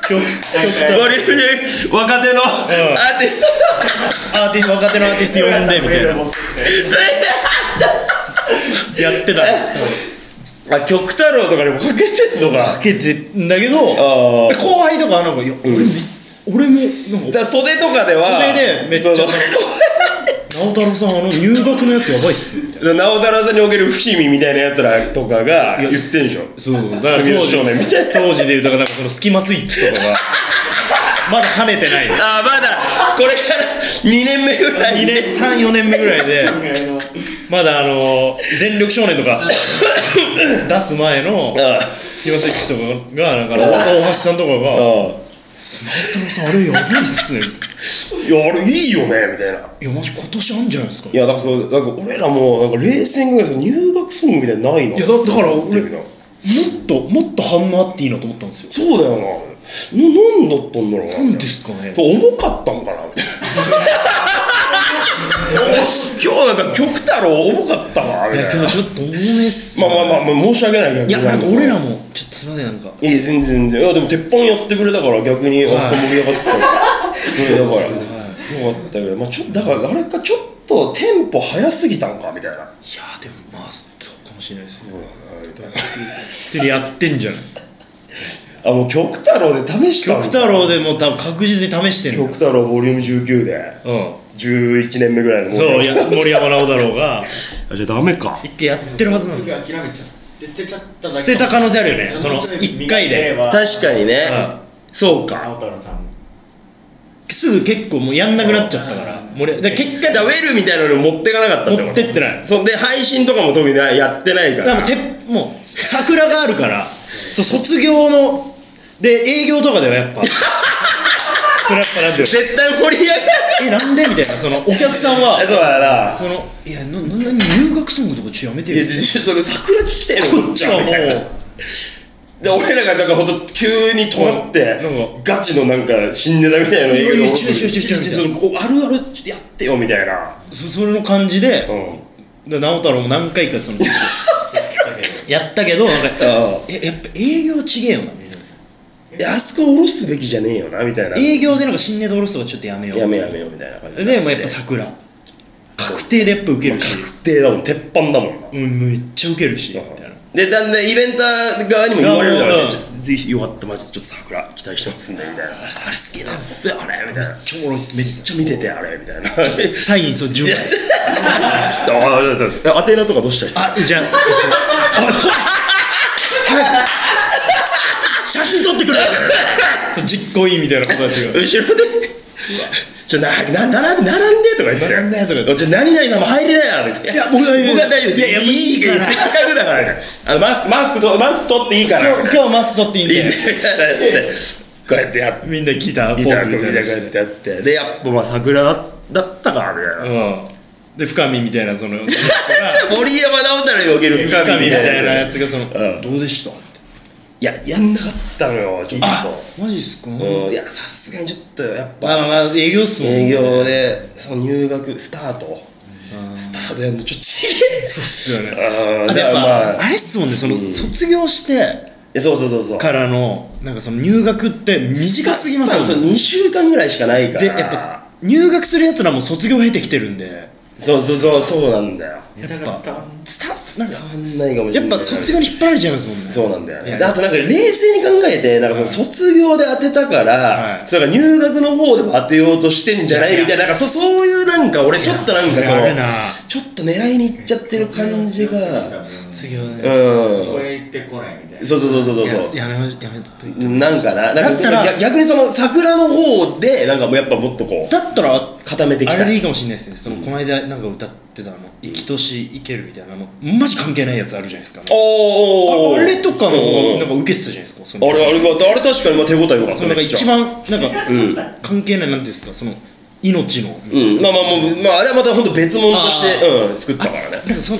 曲ゴ曲リルに若手のアーティストアーティスト若手のアーティスト呼んでみたいな持ってきて やってたあ、極太郎とかにもかけてんのか。かけてんだけどあー後輩とかはなんかいや俺,、俺もなんだからか袖とかでは、袖でめっちゃその直太朗さんあの入学のやつやばいっすねみたいな直太朗さんにおける伏見みたいなやつらとかが言ってんでしょそうそうだから当杉時内少年みたいな当時で言うだからなんかそのスキマスイッチとかが まだ跳ねてないあーまだこれから2年目ぐらい2年34年目ぐらい でぐらいのまだあのー全力少年と か出す前のあスキマスイッチとかがなんか大橋さんとかあがあ「北野さんあれやばいっすね」みたいなあいやあれいいよねみたいないやマジ今年あんじゃないですかいいやだからそうなんか俺らもなんか冷戦ぐらいです入学ソングみたいなのないのやだだからテレ俺ビものっともっと反応あっていいなと思ったんですよそうだよなな何だったんだろうななんですかねと重かった んかなみたいな今日なんか極太郎重かったかみたいいや今な日ちょっと重めっすまあまあまあまあ申し訳ないけどいやなんか俺らもちょっとすいませんなんかいや全然全然いやでも鉄板やってくれたから逆にあそこ盛り上が ってたからそれだからよかったけど、まあ、ちょっとだからあれかちょっとテンポ早すぎたんかみたいないやでもまあそうかもしれないですね手でやってんじゃんあもう極太郎で試したん極だ太郎でもう多分確実に試してる極太郎ボリューム19でうん11年目ぐらいのそういや森山直太朗があじゃあダメか一回やってるはずなすんぐだ諦めちゃって捨てちゃっただけ捨てた可能性あるよねその一回で確かにね、そうか直太朗さんもすぐ結構もうやんなくなっちゃったから森で結果だだからウェルみたいなのに持ってかなかったってこと持ってってないそんで配信とかも特にないやってないからからもうてもう桜があるからそう卒業ので営業とかではやっぱそれやっぱなんていうの絶対盛り上がるえなんでみたいなそのお客さんはそうだなそのいやななな入学ソングとかちょっとやめていや、よいやそれ桜聞きたいのこっちはもみたいなうで、俺らがなんかほんと急に尖ってうん、ガチのなんか新ネタみたいなのいやいのや違う違う違う違うそのこうあるあるちょっとやってよみたいな。そ それの感じでうん。で直太朗も何回か そのやったけどなんかあえやっぱ営業ちげえよなみたいなあそこ下ろすべきじゃねえよなみたいな。営業でなんか新ネタ下ろすとかちょっとやめようやめやめよみたいな感じでもうやっぱ桜確定でやっぱ受けるし、確定だもん、鉄板だもんな。うん、めっちゃ受けるしみたいなで、だんだんイベンター側にも言われるからうね、んちょっとぜひよかった、マジでちょっと桜期待してますんで、みたいな。あれ好きなんすよ、あれみたいな。めっ超おもろいっすちゃ見てて、 あれみたいな。サインそう順番あそうそうそう。アテナとかどうしたいですかあじゃああこはい写真撮ってくれそう実行委員みたいな子たちが後ろでちょなな並ん並んでとか言って並んでとか言っておいちょ何々さんも入れなよっていや僕大丈夫僕は大丈夫ですいやいやいいからいいかせらっかくだからねあのマスマスクとマスク取っていいからいい今日今日マスク取っていいんんだよでこうやってやってみんなギターポギターズーみ組たみいたないな感じでやってでやっぱまあ桜だだったかみたいな、うんで深見みたい なその深森山直太朗における見み深みみたたいいななややつがその、んどうでしたいややんなかったのよちょっあとマジっすか、うんいやさすがにちょっとやっぱまあまあまあ営業っすもん営業でその入学スタートスタートやんのちょっとちげえそうっすよねああーだとかやっらぱ、まあ、あれっすもんねその、卒業してえそうそうそうそうからのなんかその入学って短すぎますそうよね2週間ぐらいしかないからでやっぱ入学するやつらも卒業経てきてるんでそうそうそうそうなんだよネタが伝わんスタなんかあんないかもしれやないっぱ卒業に引っ張られちゃいますもんねそうなんだよいやねであとなんか冷静に考えてなんかその卒業で当てたから、はいそれが入学の方でも当てようとしてんじゃないいやいやみたいななんかそそういうなんか俺ちょっとなんかいそやそれのあるなちょっと狙いにいっちゃってる感じが卒業ね、うん声行ってこないみたいなそうそうそうそういやそうやめましやめといてなんかな、なんだかったら逆逆にその桜の方で、なんかもうやっぱもっとこう、だったら固めてきあたれでいいかもしれないですねその、この間なんか歌ってたあの「生きとし生ける」みたいなあのマジ関係ないやつあるじゃないですかおーおーおーあれとかの方があなんか受けてたじゃないですかそのれ、あれが、あれ確かにまあ手応えよかったそのなんかめっちゃ一番なんか、うん関係ないなんていうんですかその命の、うん、まあまあもう、まああれはまた本当別物として、あうん、作ったからね。なんかその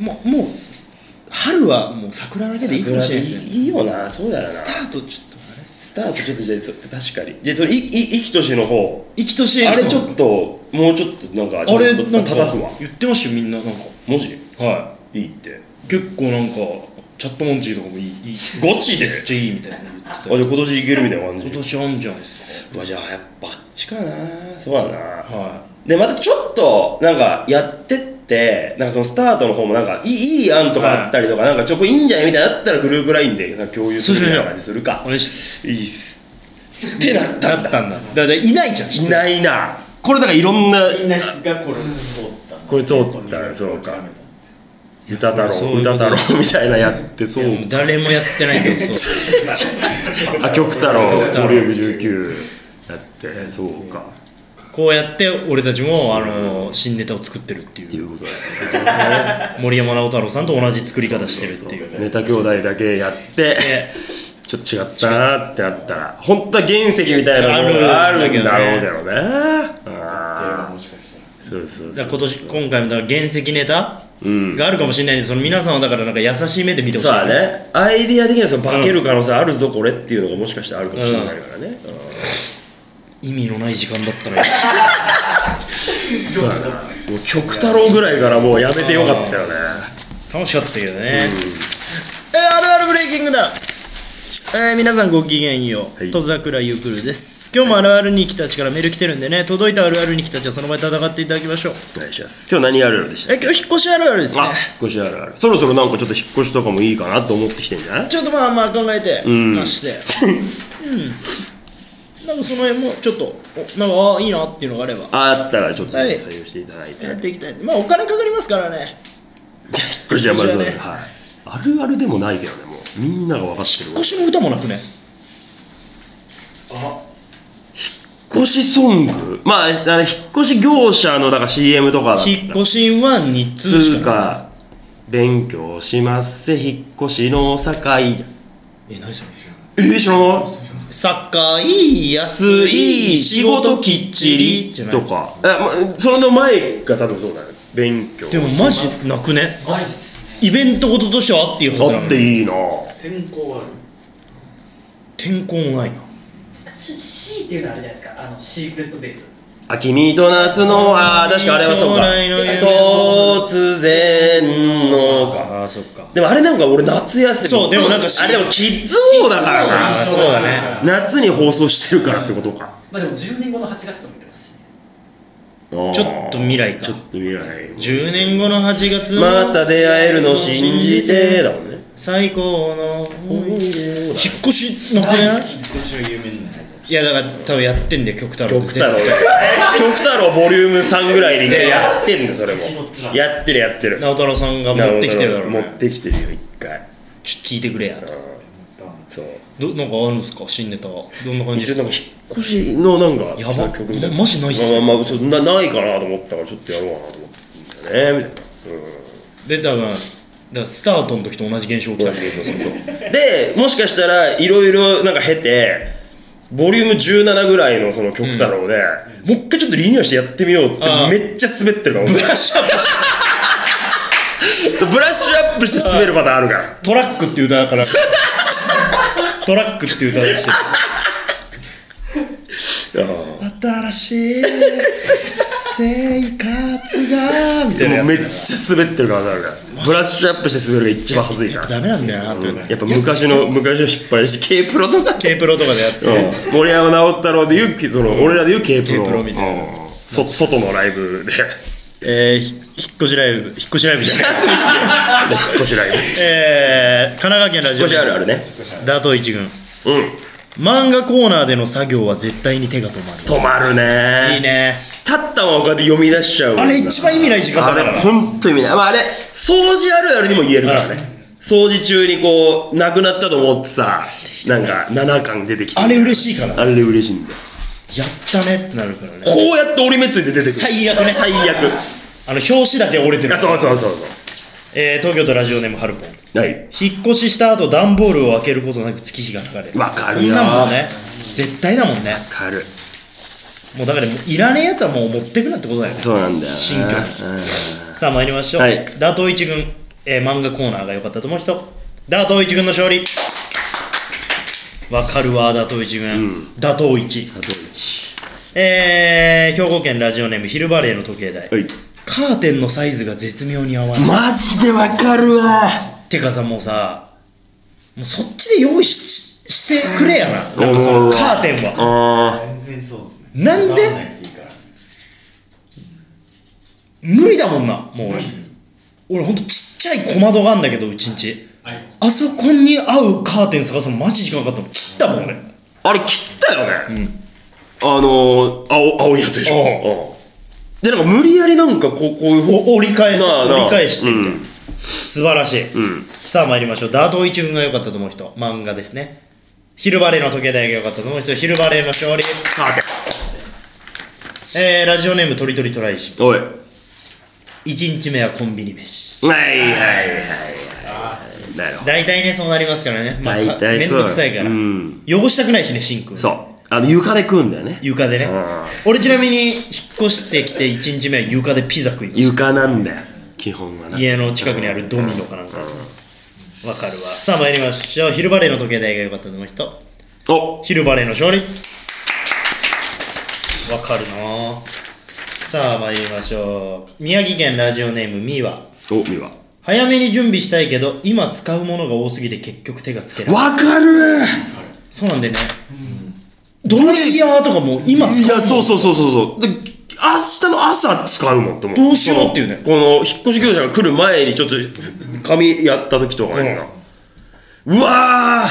もうもうす春はもう桜だけでいいかもしれないですねいいよな、そうだよな。スタートちょっとあれっすスタートちょっとじゃあ、そ確かに。じゃあ、それ、い、い、生きとしの方、生きとしあれちょっと、もうちょっとなんか、ちょあっとれなんか叩くわ。言ってましたよみんななんかもし、はいいって。い結構なんかチャットモンチーとかもいいいいめっゴチでちゃいいみたいなの言ってあたじゃあ今年いけるみたいな感じ今年あんじゃないですうわじゃあやっぱあっちかなそうだな、かはでまたちょっとなんかやってってなんかそのスタートの方もなんかいいいい案とかあったりとか、なんかちょこれいいんじゃないみたいなのあったらグループラインでなんか共有するみたいな感じするかいお願いしいいっすってなっただんっだたんだだからいないじゃんいないなこれだからいろんなみんながこれ通ったんでこれ通ったそうか歌太そう郎いうこと歌太郎 みたいなやってそうもう誰もやってないけどそうあ曲太郎曲太郎ボリューム19やってそうかこうやって俺たちもあの新ネタを作ってるっていっていううことだよ森山直太朗さんと同じ作り方してるっていうネタ兄弟だけやってねちょっと違ったなーってなったら本当は原石みたいなものがあるんだろうけどねあもしかしたらーそうそうだそうから今年今回もだから原石ネタうんがあるかもしれないんでその皆さんはだからなんか優しい目で見てほしそいうだねアイディア的にはその化ける可能性あるぞこれっていうのがもしかしたらあるかもしれないからねうん意味のない時間だったねそうだなもう極太郎ぐらいからもうやめてよかったよね楽しかったけどね、えーあるあるブレイキングだえー皆さんごきげんよう、はい戸桜ゆうくるです今日もあるあるに来たちからメール来てるんでね届いたあるあるに来たちはその場で戦っていただきましょうお願いします今日何やるのでしたえ今日引っ越しあるあるですねあ引っ越しあるあるそろそろなんかちょっと引っ越しとかもいいかなと思ってきてんじゃないちょっとまあまあ考えてんまして、うん、なんかその辺もちょっとおなんかああいいなっていうのがあればあったらちょっとはい採用していただいて、やっていきたいまあお金かかりますからね引っ越しはまず引っは、越しはねはい、あるあるでもないけどねもうみんなが分かってる引っ越しの歌もなくね引っ越しソングまああの引っ越し業者のだから CM とかだ引っ越しは2通つしうかか勉強しますせ引っ越しの境え何それえー、知らないサッカーいい安ついい仕仕事事ききっっちちりりじゃないとかあ、ま、それの前が多分そうだね勉強でもマジなくねないっすねイベントごととしてはあっていいはずなのあっていいな転校はある転校もないなし C っていうのあるじゃないですかあのシークレットベースあ、君と夏の、あー、確かあれはそうか。将来の夢を突然のか。ああそっかでもあれなんか俺夏休み。そうでもなんかあれでもキッズ王だからああな。そうだね夏に放送してるからってことか。まあでも10年後の8月とも言ってますしねちょちょっと未来かちょっと未来。 10年後の8月また出会えるの信じて、だもんね。最高の思い出引っ越しなくねないっすね今年は有名になったいやだから多分やってんだよ極太郎極太郎絶対極太郎ボリューム3ぐらいでやってんのそれもそっちだやってるやってる直太郎さんが持ってきてるだろう持ねってきてるよ一回ちょっと聞いてくれや伝わんないそうどなんかあるんすか新ネタはどんな感じ一で応なんすかか引っ越しのなんかやばその曲みたいなまマジないっすまねあまあまあそうなないかなと思ったからちょっとやろうかなと思ってんだよねみたいなうんで多分だからスタートの時と同じ現象起きた同ねじ現象そうでもしかしたらいろいろなんか経てボリューム17ぐらいのその極太郎で、もう一回ちょっとリニューアルしてやってみようっつってあーめっちゃ滑ってるから ブラッシュアップしそうブラッシュアップして滑るパターンあるからトラックっていう歌だから トラックっていう歌だしてうん新しい生活がみたでいなもやめっちゃ滑ってるからだからブラッシュアップして滑るが一番恥ずいかつらダメなんだよなってうんやっぱ昔の昔の引っ張りし K プロとかで K プロとかでやってうん森山直太朗で言うその俺らで言う K プ K プロロみたいなうんそ外のライブでえー、ひ引っ越しライブ引っ越しライブじゃ ない引っ越し ライブ引っえー、神奈川県ラジオ越しあるあるねダート一軍うん漫画コーナーでの作業は絶対に手が止ま止まるねるいいね立ったままこうやって読み出しちゃうもんなあれ一番意味ない時間だからあれ本当に意味ない、まあ、あれ掃除あるあるにも言えるからね、掃除中にこうなくなったと思ってさなんか7巻出てきてあれ嬉しいからやっあれで嬉しいんだよたねってなるからねこうやって折り目ついて出てくる最悪ね最悪あの表紙だけ折れてる あそうそうそうそえー、東京都ラジオネームはるぽんうはい引っ越しした後段ボールを開けることなく月日が流れるわかこるんよなんもんね絶対だもんね軽いもうだからもういらねえやつはもう持ってくなってことだよねそうなんだよな新居にさあ参りましょう、はい打倒一軍、えー漫画コーナーが良かったと思う人打倒一軍の勝利わかるわ打倒一軍、打倒一あと1えー、兵庫県ラジオネームヒルバレーの時計台、はいカーテンのサイズが絶妙に合わないマジでわかるわてかさもうさもうそっちで用意ししてくれやななんかそのカーテンはあ全然そうですねなんでこだわらなくていいから無理だもんなもう俺俺ほんとちっちゃい小窓があんだけどうちんちありますあそこに合うカーテン探すのマジ時間かかったもん切ったもん俺ああれ切ったよね、あのー、青青いやつでしょ、ううんでなんか無理やりなんかこうこういうふうお折り返すなあなあ折り返してみたいなうん素晴らしい、うんさあ参りましょうダート一軍が良かったと思う人漫画ですね昼バレーの時計台が良かったと思う人昼バレーの勝利、カーテえー、ラジオネームとりとりトライジンンおい1日目はコンビニ飯はいはいはいはいなるほど大体ねそうなりますからね、まあ、大か体めんそうどくさいから、うん汚したくないしねシンくんそうあの床で食うんだよね床でねう俺ちなみに引っ越してきて1日目は床でピザ食いました床なんだよ基本はな家の近くにあるドミノかなんかわかるわさあ参りましょう昼バレーの時計台が良かったと思う人お昼バレーの勝利わかるなあさあ参りましょう宮城県ラジオネームみーはおみわ早めに準備したいけど今使うものが多すぎて結局手がつけないわかるそうなんでね、ドライヤーとかも今い使やうもんそうそうそうそうそうで明日の朝使うもんと思うどうしようっていうねこのこの引っ越し業者が来る前にちょっと髪やった時とかね、うわ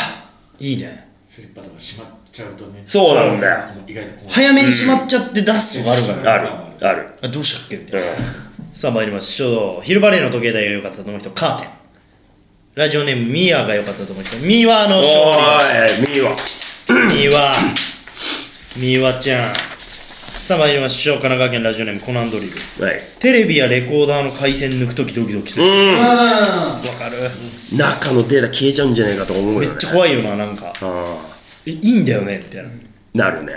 ーいいねスリッパとか閉まっちゃうとねそうなんだよ意外とこう早めにしまっちゃって出すとかあるから、ね、あるある、あどうしたっけみたいなうさあ参りましょう昼バレーの時計台が良かったと思う人カーテンラジオネームミーアが良かったと思う人ミーワーのん、お勝ーいみわ利ミーワーミーワちゃんさあ参りましょう神奈川県ラジオネームコナンドリルはいテレビやレコーダーの回線抜く時ドキドキするわうあかるん中のデータ消えちゃうんじゃないかとか思うよめねっちゃ怖いよななんかあえいいんだよねみたいなーなるね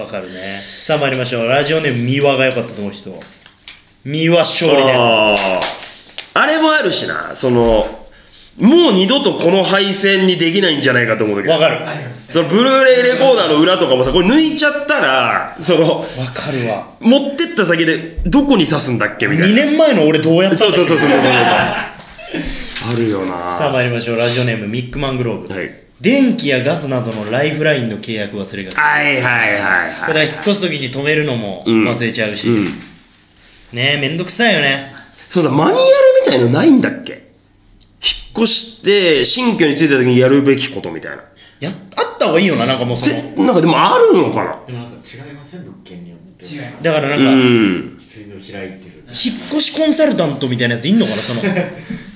わかるねさあ参りましょうラジオネームミワが良かったと思う人ミワ勝利ですあああれもあるしなそのもう二度とこの配線にできないんじゃないかと思う時わかるああわりますそのブルーレイレコーダーの裏とかもさこれ抜いちゃったらそのかるわ持ってった先でどこに刺すんだっけみたい2な年前の俺どうやったんだそうそうそうそうそうそうそうさあるよなあ参りましょうラジオネームミックマングローブ、はい電気やガスなどのライフラインの契約忘れがちはいはいはいこれははい引っ越す時に止めるのもうん忘れちゃうし、うんねえめんどくさいよねそうだマニュアルみたいのないんだっけ引っ越して新居に着いた時にやるべきことみたいなやっあった方がいいよななんかもうそのせなんかでもあるのかなでもなんか違いません物件によって違いますだからなんうか、引っん水道開いてる越しコンサルタントみたいなやついんのかなその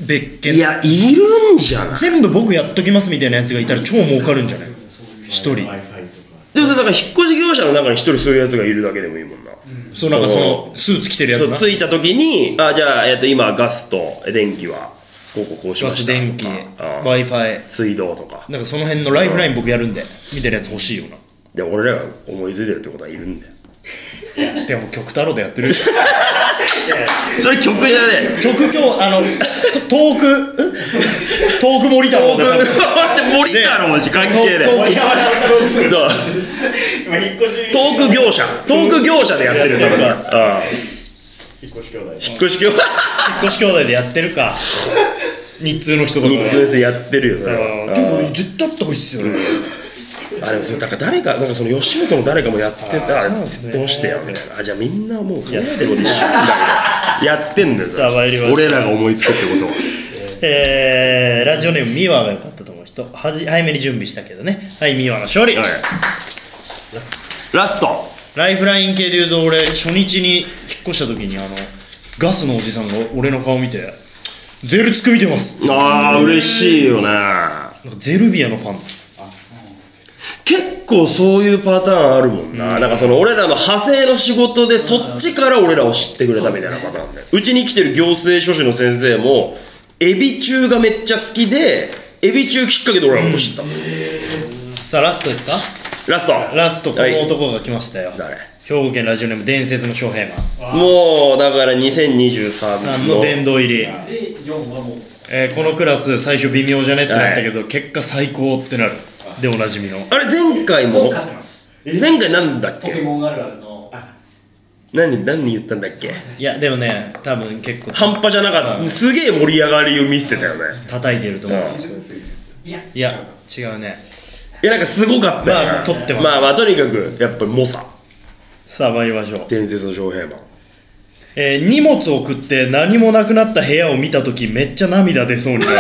別件いやいるんじゃない全部僕やっときますみたいなやつがいたら超儲かるんじゃないそういう一人 w i f i とかでもさだから引っ越し業者の中に一人そういうやつがいるだけでもいいもんな、そうなんかそそのうスーツ着てるやつそうな着いた時にあじゃあ、えっと、今ガスと電気はこうこうこうしまガしスた電気とかあ w i f i 水道とかなんかその辺のライフライン僕やるんでみたいなやつ欲しいよなで俺らが思いついてるってことはいるんだよでも曲太郎でやってる それ曲じゃねえ曲今日あのトークトーク森太郎僕で待って森太郎の時関係でトークそう今引っ越しトーク業者トーク業者でやってるんだからああ引っ越し兄弟引っ越し業者引っ越し兄弟でやってるか日通の人とか日通ですやってるよそれあーはでも絶対あった方がいいっすよねあでもそれだから誰かなんかその吉本の誰かもやってたそうですねどうしてよみたいなあじゃあみんなもう考えてること一緒なんだけどやってんだよさあ参りましょう俺らが思いつくってことはえー、ラジオネームミワが良かったと思う人はじ早めに準備したけどねはいミワの勝利、はいラストライフライン系で言うと俺初日に引っ越した時にあのガスのおじさんが俺の顔見て「ゼルツク見てます」ああ嬉しいよねなんかゼルビアのファン結構そういうパターンあるもんな、なんかその俺らの派生の仕事でそっちから俺らを知ってくれたみたいなパターンでうちに来てる行政書士の先生もエビ中がめっちゃ好きでエビ中きっかけで俺らのこと知ったんですよ、さあラストですかラストラストこはいの男が来ましたよ、誰兵庫県ラジオネーム伝説の翔平マンもうだからさ2023んのの殿堂入り、で4はもうえーこのクラス最初微妙じゃねってなったけど、結果最高ってなるでおなじみのあれ前回も勝ってます前回なんだっポケけモンあるあるの何何言ったんだっけいやでもね多分結構半端じゃなかったすげえ盛り上がりを見せてたよね叩いてると思う、うん一番すぐのやついいやいや違うねいやなんかすごかったよまあ撮ってますまあまあとにかくやっぱ猛者さあ参りましょう、伝説の将兵マンえー荷物を送って何もなくなった部屋を見た時めっちゃ涙出そうにな る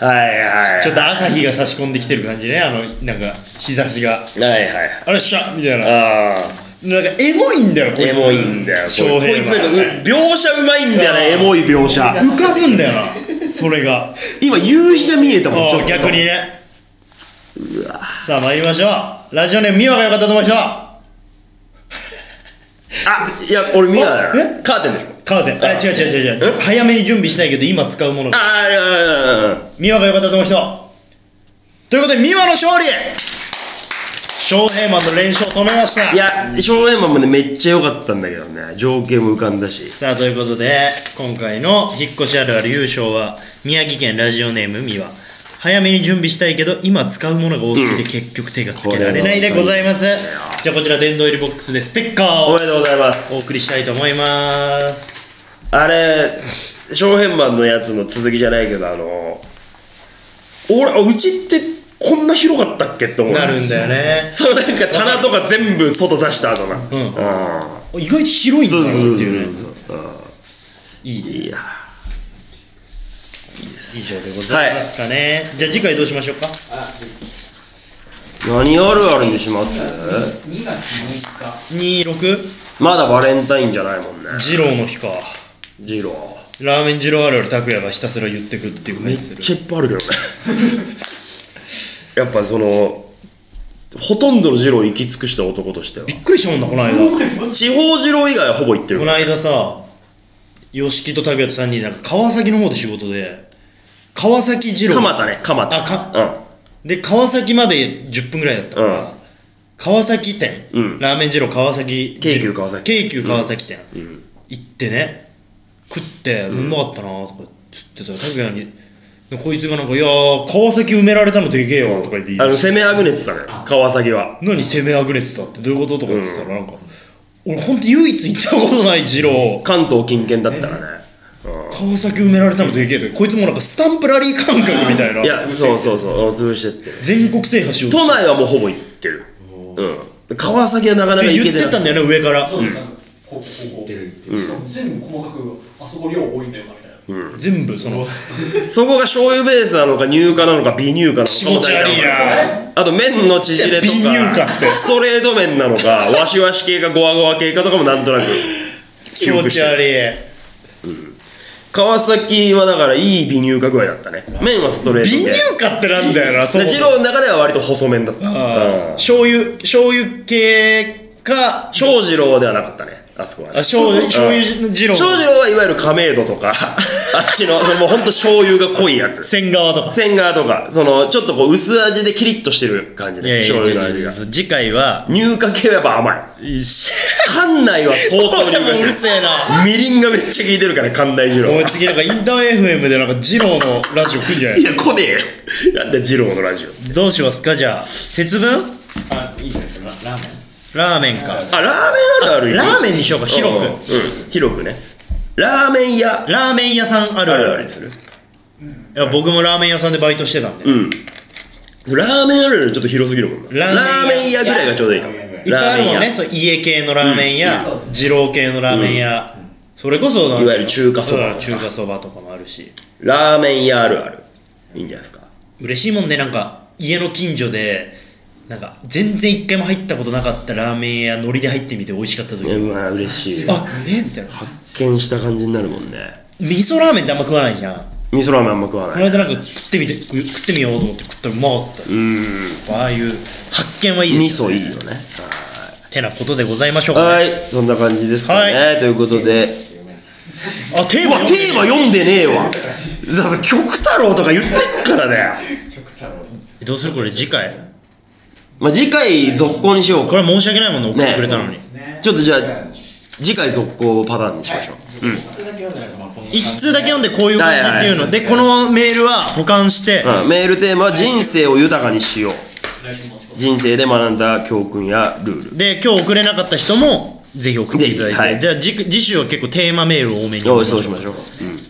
はいはいちょっと朝日が差し込んできてる感じねあのなんか日差しがはいはいあれっしゃみたいなあなんかエモいんだよこいつエモいんだよ翔こい平つはなんかう描写うまいんだよねあエーモい描写浮かぶんだよなそれが今夕日が見えたもんちょっあとー逆にねさあ参りましょうラジオネーム美和が良かったと思う人あいや俺見たあえカーテンでしょカーテンあ違う違う違う違う早めに準備したいけど今使うものがああいやいやいやいや美和が良かったと思う人ということで美和の勝利翔平マンの連勝を止めましたいや、少年マンもね、めっちゃ良かったんだけどね、情景も浮かんだし。さあということで今回の引っ越しあるある優勝は宮城県ラジオネームみわ早めに準備したいけど今使うものが多すぎて結局手がつけられないでございます、じゃあこちら殿堂入りボックスでステッカーおをめでとうございます。お送りしたいと思いますあれ、少年マンのやつの続きじゃないけど、あの、俺、あうちってこんな広かったっけって思う。なるんだよね そのなんか棚とか全部外出した後な。うん。意外と広いんだそうなそうっていうねそうそう。いいいや。以上でございますかね、じゃあ次回どうしましょうか何あるあるにします2月6日26まだバレンタインじゃないもんね。二郎の日かジロー。ラーメン二郎あるある拓也がひたすら言ってくっていう感めっじするちゃいっぱいあるけどね やっぱそのほとんどの二郎を行き尽くした男としてはびっくりしたもんなこの間地方二郎以外はほぼ行ってるこの間さ吉木と拓也と3人でなんか川崎の方で仕事で川崎二郎蒲田ね蒲田あかで川崎まで10分ぐらいだったうんうん川崎店、うんラーメン二郎川崎京急川崎京急川崎店、行ってね食ってうまかったなとかつってたら拓也にでこいつがなんか「いやー川崎埋められたのでけえよ」とか言って言いあ出のして攻めあぐねてたのよ川崎は何攻めあぐねてたってどういうこと?」とか言ってたらなんか、俺ほんと唯一行ったことない二郎関東近県だったらね川崎埋められたのでけえとかこいつもなんかスタンプラリー感覚みたいないやそうそうそううん潰してってる全国制覇しようと都して内はもうほぼ行ってるうん川崎はなかなか行言けっててたないんだよね上からそうです、なんかこうこうこうしかも全部細かくあそこ量多いんだよなみたいな、全部そのそこが醤油ベースなのか乳化なのか微乳化なのか気持ち悪いなあと麺の縮れとかいや微乳化ってストレート麺なのかわしわし系かゴワゴワ系かとかもなんとなく気持ち悪い川崎はだからいい微乳化具合だったね麺はストレート美で乳化ってなんだよなそでも二そも郎の中では割と細麺だったあーうん醤油醤油系かあ翔二郎ではなかったねあそこはね醤油醤油二郎翔二郎はいわゆる亀戸と かあっちのそのもうほんと醤油が濃いやつ千川とか千賀とかそのちょっとこう薄味でキリッとしてる感じいやねいや醤油の違う味違うが違う次回は乳化系はやっぱ甘い館内は相こ当れ入も荷うるしてせえなるみりんがめっちゃ効いてるから館内二郎もう次なんかインター FM でなんか二郎のラジオ来るんじゃないいや来ねえよなんだ二郎のラジオどうしますかじゃあ節分あいいじゃないですかララーラーメメンンかあラーメンあるあるラーメンにしようか広くくうん広くねラーメン屋ラーメン屋さんあるああるるあるにするいや僕もラーメン屋さんでバイトしてたんで、うんラーメンあるあるちょっと広すぎるもんなララーメン屋ーメン屋ぐらいがちょうどいいかもいっぱいいっぱいあるもんラーメねンそう家系のラーメン屋、うん二郎系のラーメン屋、それこそなんかいわゆる中華そばうん中華そばとかもあるし屋ラーメン屋あるあるいいんじゃないですか嬉しいもんねなんか家の近所でなんか全然一回も入ったことなかったラーメン屋ノリで入ってみて美味しかった時、えまあ嬉しいあえみたいな発見した感じになるもんね味噌ラーメンってあんま食わないじゃんこ味噌ラーメンあんま食わないの間なんか食ってみて食食ってみようと思って食ったらうまかったうんああいう発見はいいで味すよ噌ねいいよねてなことでございましょうか、ね、はいそんな感じですかね、はということであテーうマわテーマ読んでねえわだから極太郎とか言ってっからだよ極太郎ですどうするこれ次回まあ次回続行にしようこかれは申し訳ないもの送ってくれたのに、ねちょっとじゃあ次回続行パターンにしましょううん普通だけ読んでなんかまあこんな感一じ通だけ読んでこういう感じっていうのでこのメールは保管して、うん、メールテーマは人生を豊かにしよう来週もそう人生で学んだ教訓やルールで今日送れなかった人もぜひ送っていただぜいて、ひはいじゃあ次次週は結構テーマメール多めにおいそうしましょう、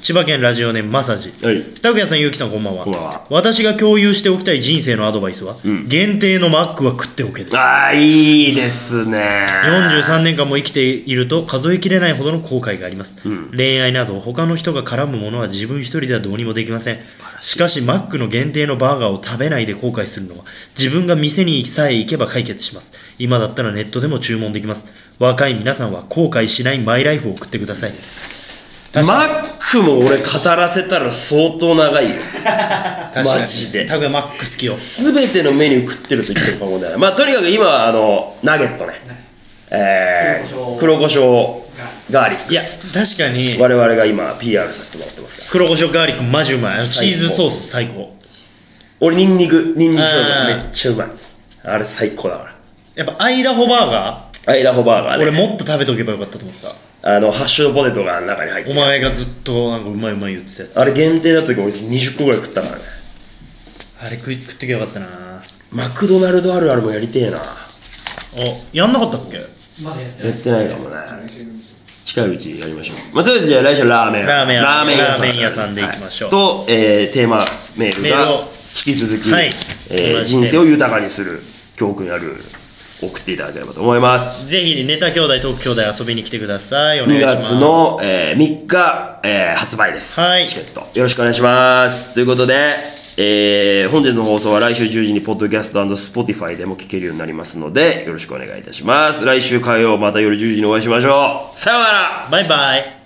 千葉県ラジオネームまさじうん、はい拓也さん、ゆうきさん、こんばんは。こんばんは私が共有しておきたい人生のアドバイスは、限定のマックは食っておけです。ああいいですね43年間も生きていると数えきれないほどの後悔があります、恋愛など他の人が絡むものは自分一人ではどうにもできませんしかしマックの限定のバーガーを食べないで後悔するのは自分が店にさえ行けば解決します今だったらネットでも注文できます若い皆さんは後悔しないマイライフを送ってください確マかックも俺語らせたら相当長いよ確かにマジで多分マック好きよ全てのメニュー食ってると言ってるかもねまあとにかく今はあのナゲットねえー、黒黒胡椒ガーリックいや確かに我々が今 PR させてもらってますから黒胡椒ガーリックマジうまいあのチーズソース最高俺ニンニクニンニク醤油あーめっちゃうまいあれ最高だかやっぱアイダホバーガらアイダホバーガーーね俺もっと食べとけばよかったと思ったあのハッシュドポテトが中に入っておる前がずっとなんかうまいうまい言ってたやつああれ限定だった時俺20個ぐらい食ったからねれ食い食ってきゃよかったなマクドナルドあるあるもやりてえなおやんなかったっけまだやってなやいってないかもね近いうちやりましょうまあとりあえずじゃあ来週はラーメンラーメン屋ラーメン屋さんラーメン屋さんでいきましょうはいと、えーテーマメールメールがを引き続き、はいえー同じテーマ人生を豊かにする教訓になる送っていただければと思いますぜひネタ兄弟トーク兄弟遊びに来てくださいお願い2します月の、えー3日、えー発売です、はいチケットよろしくお願いしますということでえー本日の放送は来週10時にポッドキャスト &Spotify でも聞けるようになりますのでよろしくお願いいたします来週火曜また夜10時にお会いしましょうさようならバイバイ